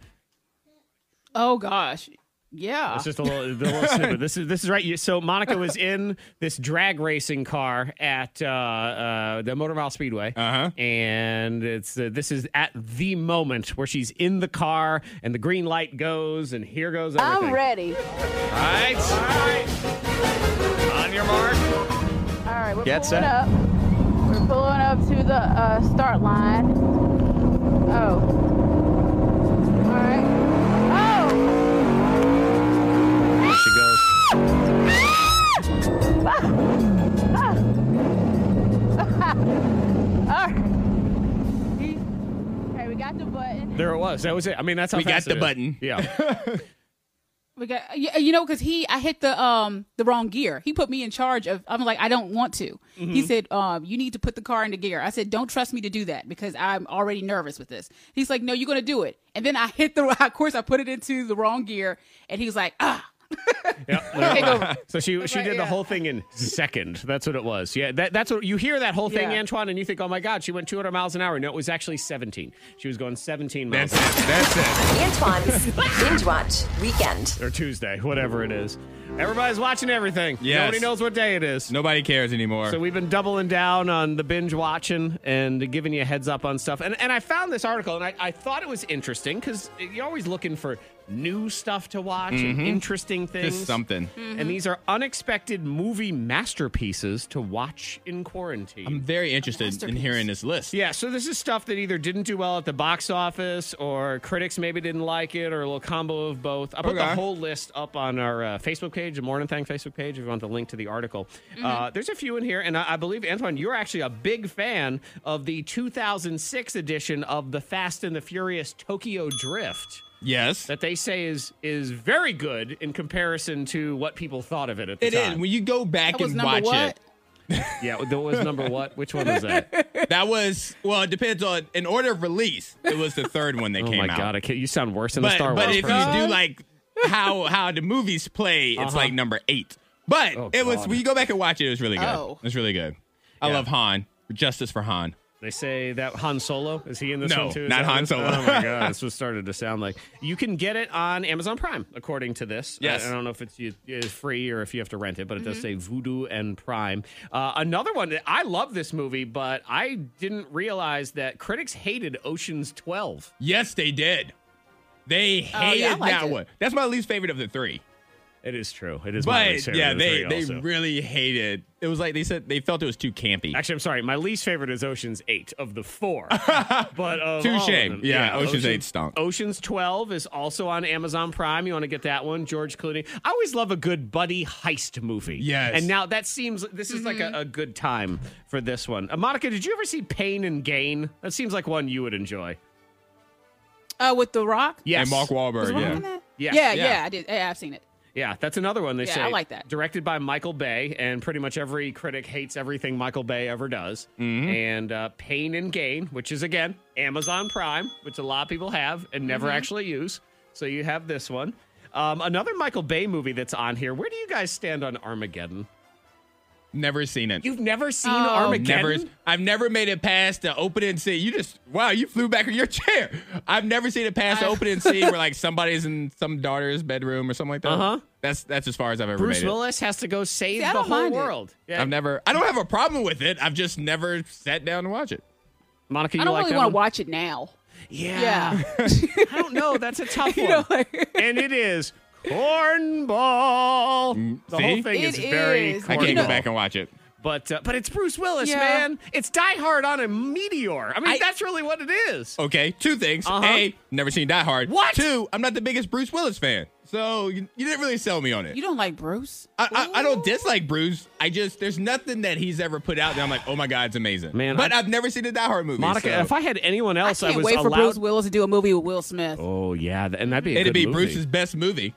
Oh gosh, yeah.
It's just a little, the little snippet. This is this is right. You- So Monica was in this drag racing car at uh, uh, the Motor Mile Speedway, uh-huh. and it's uh, this is at the moment where she's in the car and the green light goes, and here goes everything.
I'm ready.
All right, on your mark.
All right, we're
Get
pulling
set.
up. We're pulling up to the uh, start line. Oh. All right.
There she goes.
Oh. All right. Okay, we got the button.
There it was. That was it. I mean, that's how
We got
fast
the
it is.
button.
Yeah.
We got you you know because he I hit the um the wrong gear. He put me in charge of. I'm like I don't want to. He
Mm-hmm.
Mhm.
said um you need to put the car into gear. I said don't trust me to do that because I'm already nervous with this. He's like no you're gonna do it. And then I hit the of course I put it into the wrong gear and he's like ah
There it was. so she she did the whole thing in second. That's what it was. Yeah, that, that's what you hear that whole thing,
Yeah.
Antoine, and you think, oh my God, she went 200 miles an hour. No, it was actually 17. She was going 17 miles. That's it. That's it.
Antoine's Binge Watch Weekend.
or Tuesday, whatever it is. Everybody's watching everything.
Yes.
Nobody knows what day it is.
Nobody cares anymore.
So we've been doubling down on the binge watching and giving you a heads up on stuff. And and I found this article and I, I thought it was interesting because you're always looking for new stuff to watch and
Mhm.
interesting things.
something.
And these are unexpected movie masterpieces to watch in quarantine.
I'm very interested in hearing this list.
Yeah, so this is stuff that either didn't do well at the box office or critics maybe didn't like it or a little combo of both. I put the
Okay.
whole list up on our uh, Facebook page, the Morning Thang Facebook page, if you want the link to the article. Uh, there's a few in here, and I, I believe, Antoine, you're actually a big fan of the 2006 edition of the Fast and the Furious Tokyo Drift.
Yes.
That they say is is very good in comparison to what people thought of it at the
It is.
time.
When you go back and watch it.
Yeah, that was number what? Which one was that?
That was well. It depends on in order of release. It was the third one that
Oh
came
my
out.
god, I can't, you sound worse than
but
the Star
but
Wars
if
person.
you do like how how the movies play, it's
Uh-huh.
like number eight. But
Oh,
it was
God.
when you go back and watch it. It was really good.
Oh.
It was really good. I
Yeah.
love Han. Justice for Han.
They say that Han Solo is he in this
No,
one too? Is
not
that
Han
this-
Solo.
Oh my god, this was started to sound like you can get it on Amazon Prime, according to this. I-
Yes.
I, don't know if it's, you- it's free or if you have to rent it, but it does say Voodoo and Prime. Uh, another one. that- I love this movie, but I didn't realize that critics hated Ocean's Twelve.
Yes, they did. They
Oh, yeah, I
hated
liked
that
it.
one. That's my least favorite of the three.
It is true. It is. my
But
least favorite
yeah,
of the
they
three
they
also.
really hated. It was like they said they felt it was too campy.
Actually, I'm sorry. My least favorite is Ocean's Eight of the four. but of
Touche.
all of them-
Yeah, Ocean's Eight stunk.
Ocean's Twelve is also on Amazon Prime. You want to get that one? George Clooney. I always love a good buddy heist movie.
Yes.
And now that seems this is like a, a good time for this one. Uh, Monica, did you ever see Pain and Gain? That seems like one you would enjoy.
uh with the rock.
Yes.
And Mark Wahlberg.
Was
Rock
yeah.
in that?
Yes.
Yeah,
Yeah.
yeah, I did. Yeah, I've seen it.
Yeah, that's another one they
Yeah,
say.
I like that.
Directed by Michael Bay, and pretty much every critic hates everything Michael Bay ever does. And uh, Pain and Gain, which is again Amazon Prime, which a lot of people have and never
Mhm.
Mm-hmm.
actually use. So you have this one. Um, another Michael Bay movie that's on here. Where do you guys stand on Armageddon?
Never seen it.
You've never seen
Oh.
Never-
Armageddon?
I've never made it past the opening scene. You just wow, you flew back in your chair. I've never seen it past the opening scene where like somebody's in some daughter's bedroom or something like that.
Uh-huh.
That's that's as far as I've ever
Bruce
made it.
Willis has to go save
See, I
the
don't
whole
mind it.
world.
I've never. I don't have a problem with it. I've just never sat down to watch it.
Monica, you
I don't
like
really
that
want
one? Ah.
to watch it now.
Yeah.
Yeah.
I don't know. That's a tough one. and it is cornball. The
See?
whole thing is very.
I
cornball.
can't go back and watch it.
But uh, but it's Bruce Willis,
Yeah.
man. It's Die Hard on a meteor. I mean, that's really what it is.
Okay, two things.
Uh-huh.
A, never seen Die Hard.
What?
Two, I'm not the biggest Bruce Willis fan, so you, you didn't really sell me on it.
You don't like Bruce?
I, I, I don't dislike Bruce. I just there's nothing that he's ever put out that I'm like, oh my god, it's amazing. Man, but I, have never seen a Die Hard movie.
Monica,
so-
if I had anyone else, I,
Can't
was
wait for
allowed.
Bruce Willis to do a movie with Will Smith.
Oh yeah, th- and that'd be a
it'd
good
be
movie.
Bruce's best movie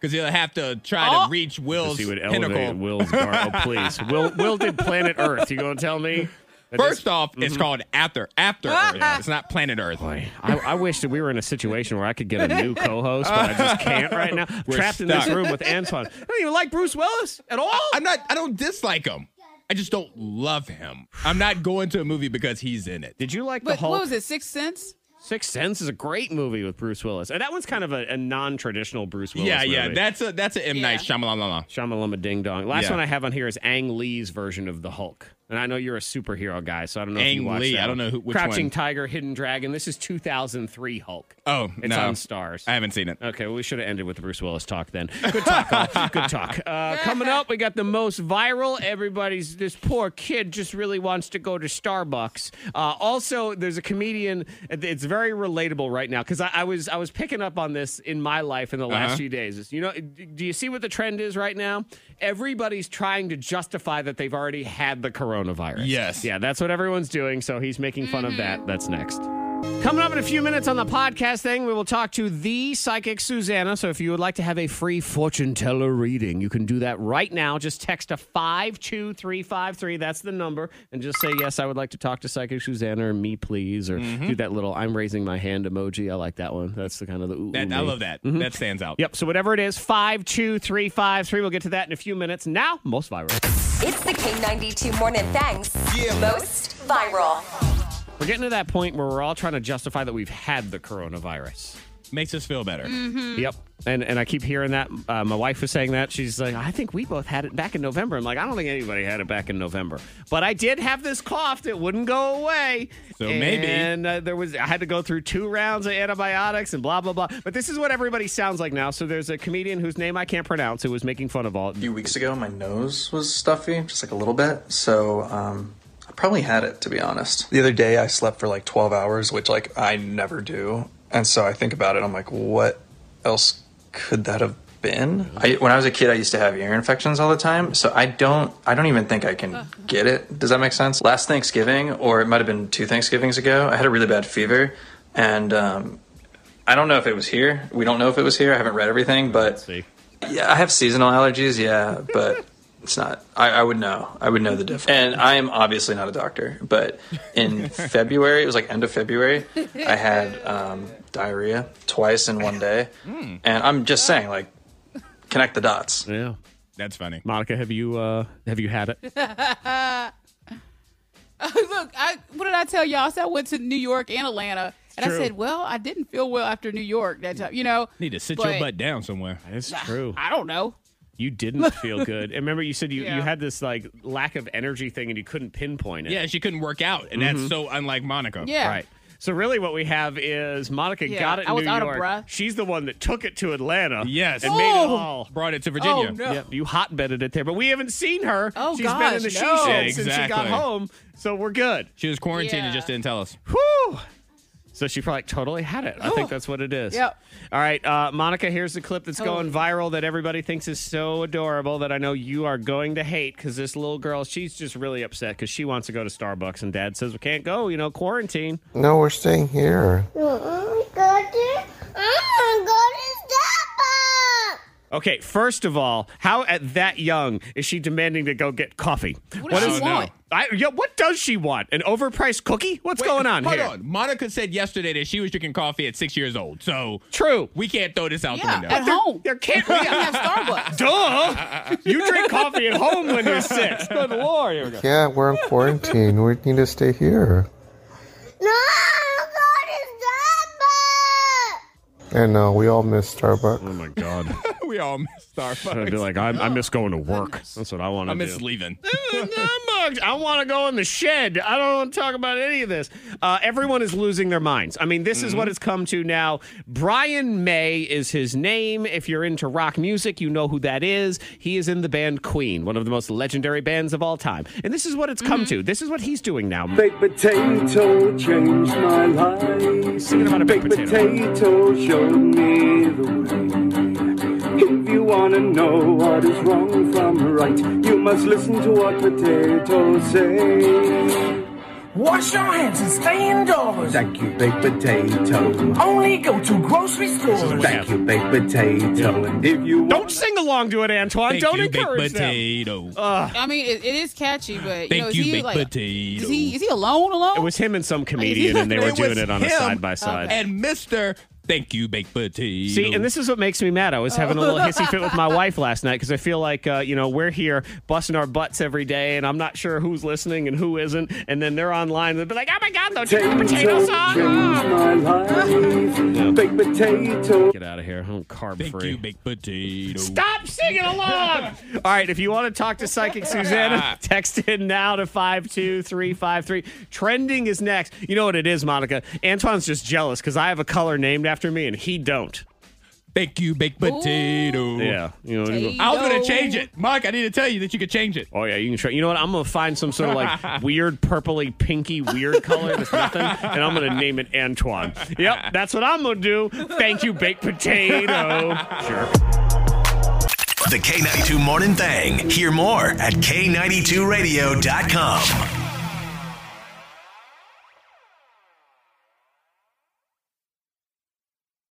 because he'll have to try
Oh.
to reach Will's
Because he would
pinnacle.
elevate Will's gar- Oh, please, Will Will did Planet Earth. You gonna tell me? that
First
this-
off, it's
Mhm.
called After After Earth. It's not Planet Earth.
I, I wish that we were in a situation where I could get a new co-host, but I just can't right now.
We're
Trapped in this
stuck.
room with Antoine. I don't even like Bruce Willis at all.
I, am not. I don't dislike him. I just don't love him. I'm not going to a movie because he's in it.
Did you like
But what was it? Sixth Sense?
Sixth Sense is a great movie with Bruce Willis. And that one's kind of a, a non-traditional Bruce Willis.
yeah,
movie.
yeah. That's a that's a M Night Shyamalan.
Shamalama Ding Dong. Last
Yeah.
one I have on here is Ang Lee's version of the Hulk. And I know you're a superhero guy, so I don't know if
Ang
you watched
Lee,
that
I don't
one.
know who- which
Crouching
one.
Tiger, Hidden Dragon. This is 2003 Hulk.
Oh,
it's
no.
on Stars.
I haven't seen it.
Okay, well, we should have ended with the Bruce Willis talk then. Good talk, all. good talk. Uh, coming up, we got the most viral. Everybody's this poor kid just really wants to go to Starbucks. Uh, also, there's a comedian. It's very relatable right now because I, I was I was picking up on this in my life in the last
Uh-huh.
few days. It's, You know, d- do you see what the trend is right now? Everybody's trying to justify that they've already had the coronavirus.
Yes.
yeah, that's what everyone's doing. So he's making fun of that. That's next. Coming up in a few minutes on the podcast thing, we will talk to the psychic Susanna. So if you would like to have a free fortune teller reading, you can do that right now. Just text to 52353. That's the number. And just say, yes, I would like to talk to psychic Susanna or me, please. Or
Mm-hmm.
do that little I'm raising my hand emoji. I like that one. That's the kind of the ooh.
That,
ooh,
I
me.
love that.
Mhm.
That stands out.
Yep. So whatever it is, 52353. We'll get to that in a few minutes. Now, most viral.
It's the K92 Morning Thanks. Most viral.
We're getting to that point where we're all trying to justify that we've had the coronavirus.
Makes us feel better.
Yep. And and I keep hearing that. Uh, my wife was saying that. She's like, I think we both had it back in November. I'm like, I don't think anybody had it back in November. But I did have this cough that wouldn't go away.
So maybe.
And uh, there was I had to go through two rounds of antibiotics and blah blah blah. But this is what everybody sounds like now. So there's a comedian whose name I can't pronounce who was making fun of all.
few weeks ago, my nose was stuffy, just like a little bit. So um, I probably had it, to be honest. The other day, I slept for like 12 hours, which like I never do. And so I think about it, I'm like, what else could that have been? I, when I was a kid, I used to have ear infections all the time. So I don't, I don't even think I can get it. Does that make sense? Last Thanksgiving, or it might have been two Thanksgivings ago, I had a really bad fever, and um, I don't know if it was here. We don't know if it was here. I haven't read everything, but yeah, I have seasonal allergies. Yeah, but it's not. I, I would know. I would know the difference. And I am obviously not a doctor, but in February, it was like end of February, I had um, diarrhea twice in one day,
Mm.
and I'm just saying, like, connect the dots.
Yeah,
that's funny.
Monica, have you uh, have you had it?
Look, I what did I tell y'all? I said I went to New York and Atlanta, and
true.
I said, well, I didn't feel well after New York that time. You know,
Need to sit
But-
your butt down somewhere.
It's true.
I don't know.
You didn't feel good. And remember, you said you, you
Yeah.
had this like lack of energy thing, and you couldn't pinpoint it.
Yeah, she couldn't work out, and
Mhm.
that's so unlike Monica.
Yeah.
Right. So really, what we have is Monica
Yeah,
got it. In
I was
New
out of
York.
breath.
She's the one that took it to Atlanta.
Yes.
and made it
Oh.
all.
Brought it to Virginia.
Oh, no. Yep, you hotbedded it there, but we haven't seen her.
Oh,
She's been in the
gosh,
she
no.
shed since she
Exactly.
got home, so we're good.
She was quarantined and just didn't tell us.
Whew. So she probably totally had it. I think that's what it is.
Yep.
All right, uh, Monica. Here's the clip that's
Totally.
going viral that everybody thinks is so adorable that I know you are going to hate because this little girl, she's just really upset because she wants to go to Starbucks and Dad says we can't go. You know, quarantine.
No, we're staying here.
Okay, first of all, how at that young is she demanding to go get coffee?
What does she want?
I, yeah, what does she want? An overpriced cookie? What's going on
Hold
here?
on. Monica said yesterday that she was drinking coffee at six years old. So
true.
We can't throw this out
Yeah,
the window.
at home.
There can't
we gotta have Starbucks.
Duh! You drink coffee at home when you're six. Good lord. Here we go.
Yeah, we're in quarantine. we need to stay here. I know, we all miss Starbucks. Oh
my god.
we all miss Starbucks.
I'd be like, I, I miss going to work. That's what I want to
I
do.
miss leaving.
I'm a- I want to go in the shed. I don't want to talk about any of this. Uh, everyone is losing their minds. I mean, this is
Mm-hmm.
what it's come to now. Brian May is his name. If you're into rock music, you know who that is. He is in the band Queen, one of the most legendary bands of all time. And this is what it's
Mm-hmm.
come to. This is what he's doing now.
Baked potato changed my life.
Singing about a baked
potato. showed me the way. If you wanna know what is wrong from right, you must listen to what potatoes say.
Wash your hands and stay indoors.
Thank you, baked potato.
Only go to grocery stores.
Thank you, baked potato. And if you
Don't sing along to it, Antoine.
Thank
Don't
you, baked
encourage
potato.
them. Oh, Ugh.
I mean, it, it is catchy, but you
Thank
know, is
you,
he
baked
like
potato.
Is he is he alone? Alone?
It was him and some comedian, and they were doing it on a side by side.
And Mr. Thank you, baked potato.
See, and this is what makes me mad. I was having a little hissy fit with my wife last night because I feel like, uh, you know, we're here busting our butts every day, and I'm not sure who's listening and who isn't. And then they're online, and they'll be like, oh my God, those chicken potato
potato
song.
changed my life. Baked potato.
Get out of here. I'm carb free.
you, baked potato.
Stop singing along. All right, if you want to talk to Psychic Susanna, text in now to 52353. Trending is next. You know what it is, Monica? Antoine's just jealous because I have a color named after me, and he don't.
Thank you, baked potato.
Yeah. You know, you go-
I was going to change it. Mike, I need to tell you that you could change it.
Oh yeah, you can try. You know what? I'm gonna find some sort of like weird purpley pinky weird color that's nothing, and I'm gonna name it Antoine. Yep, that's what I'm gonna do. Thank you, baked potato. Sure.
The K92 Morning Thing. Hear more at K92Radio.com.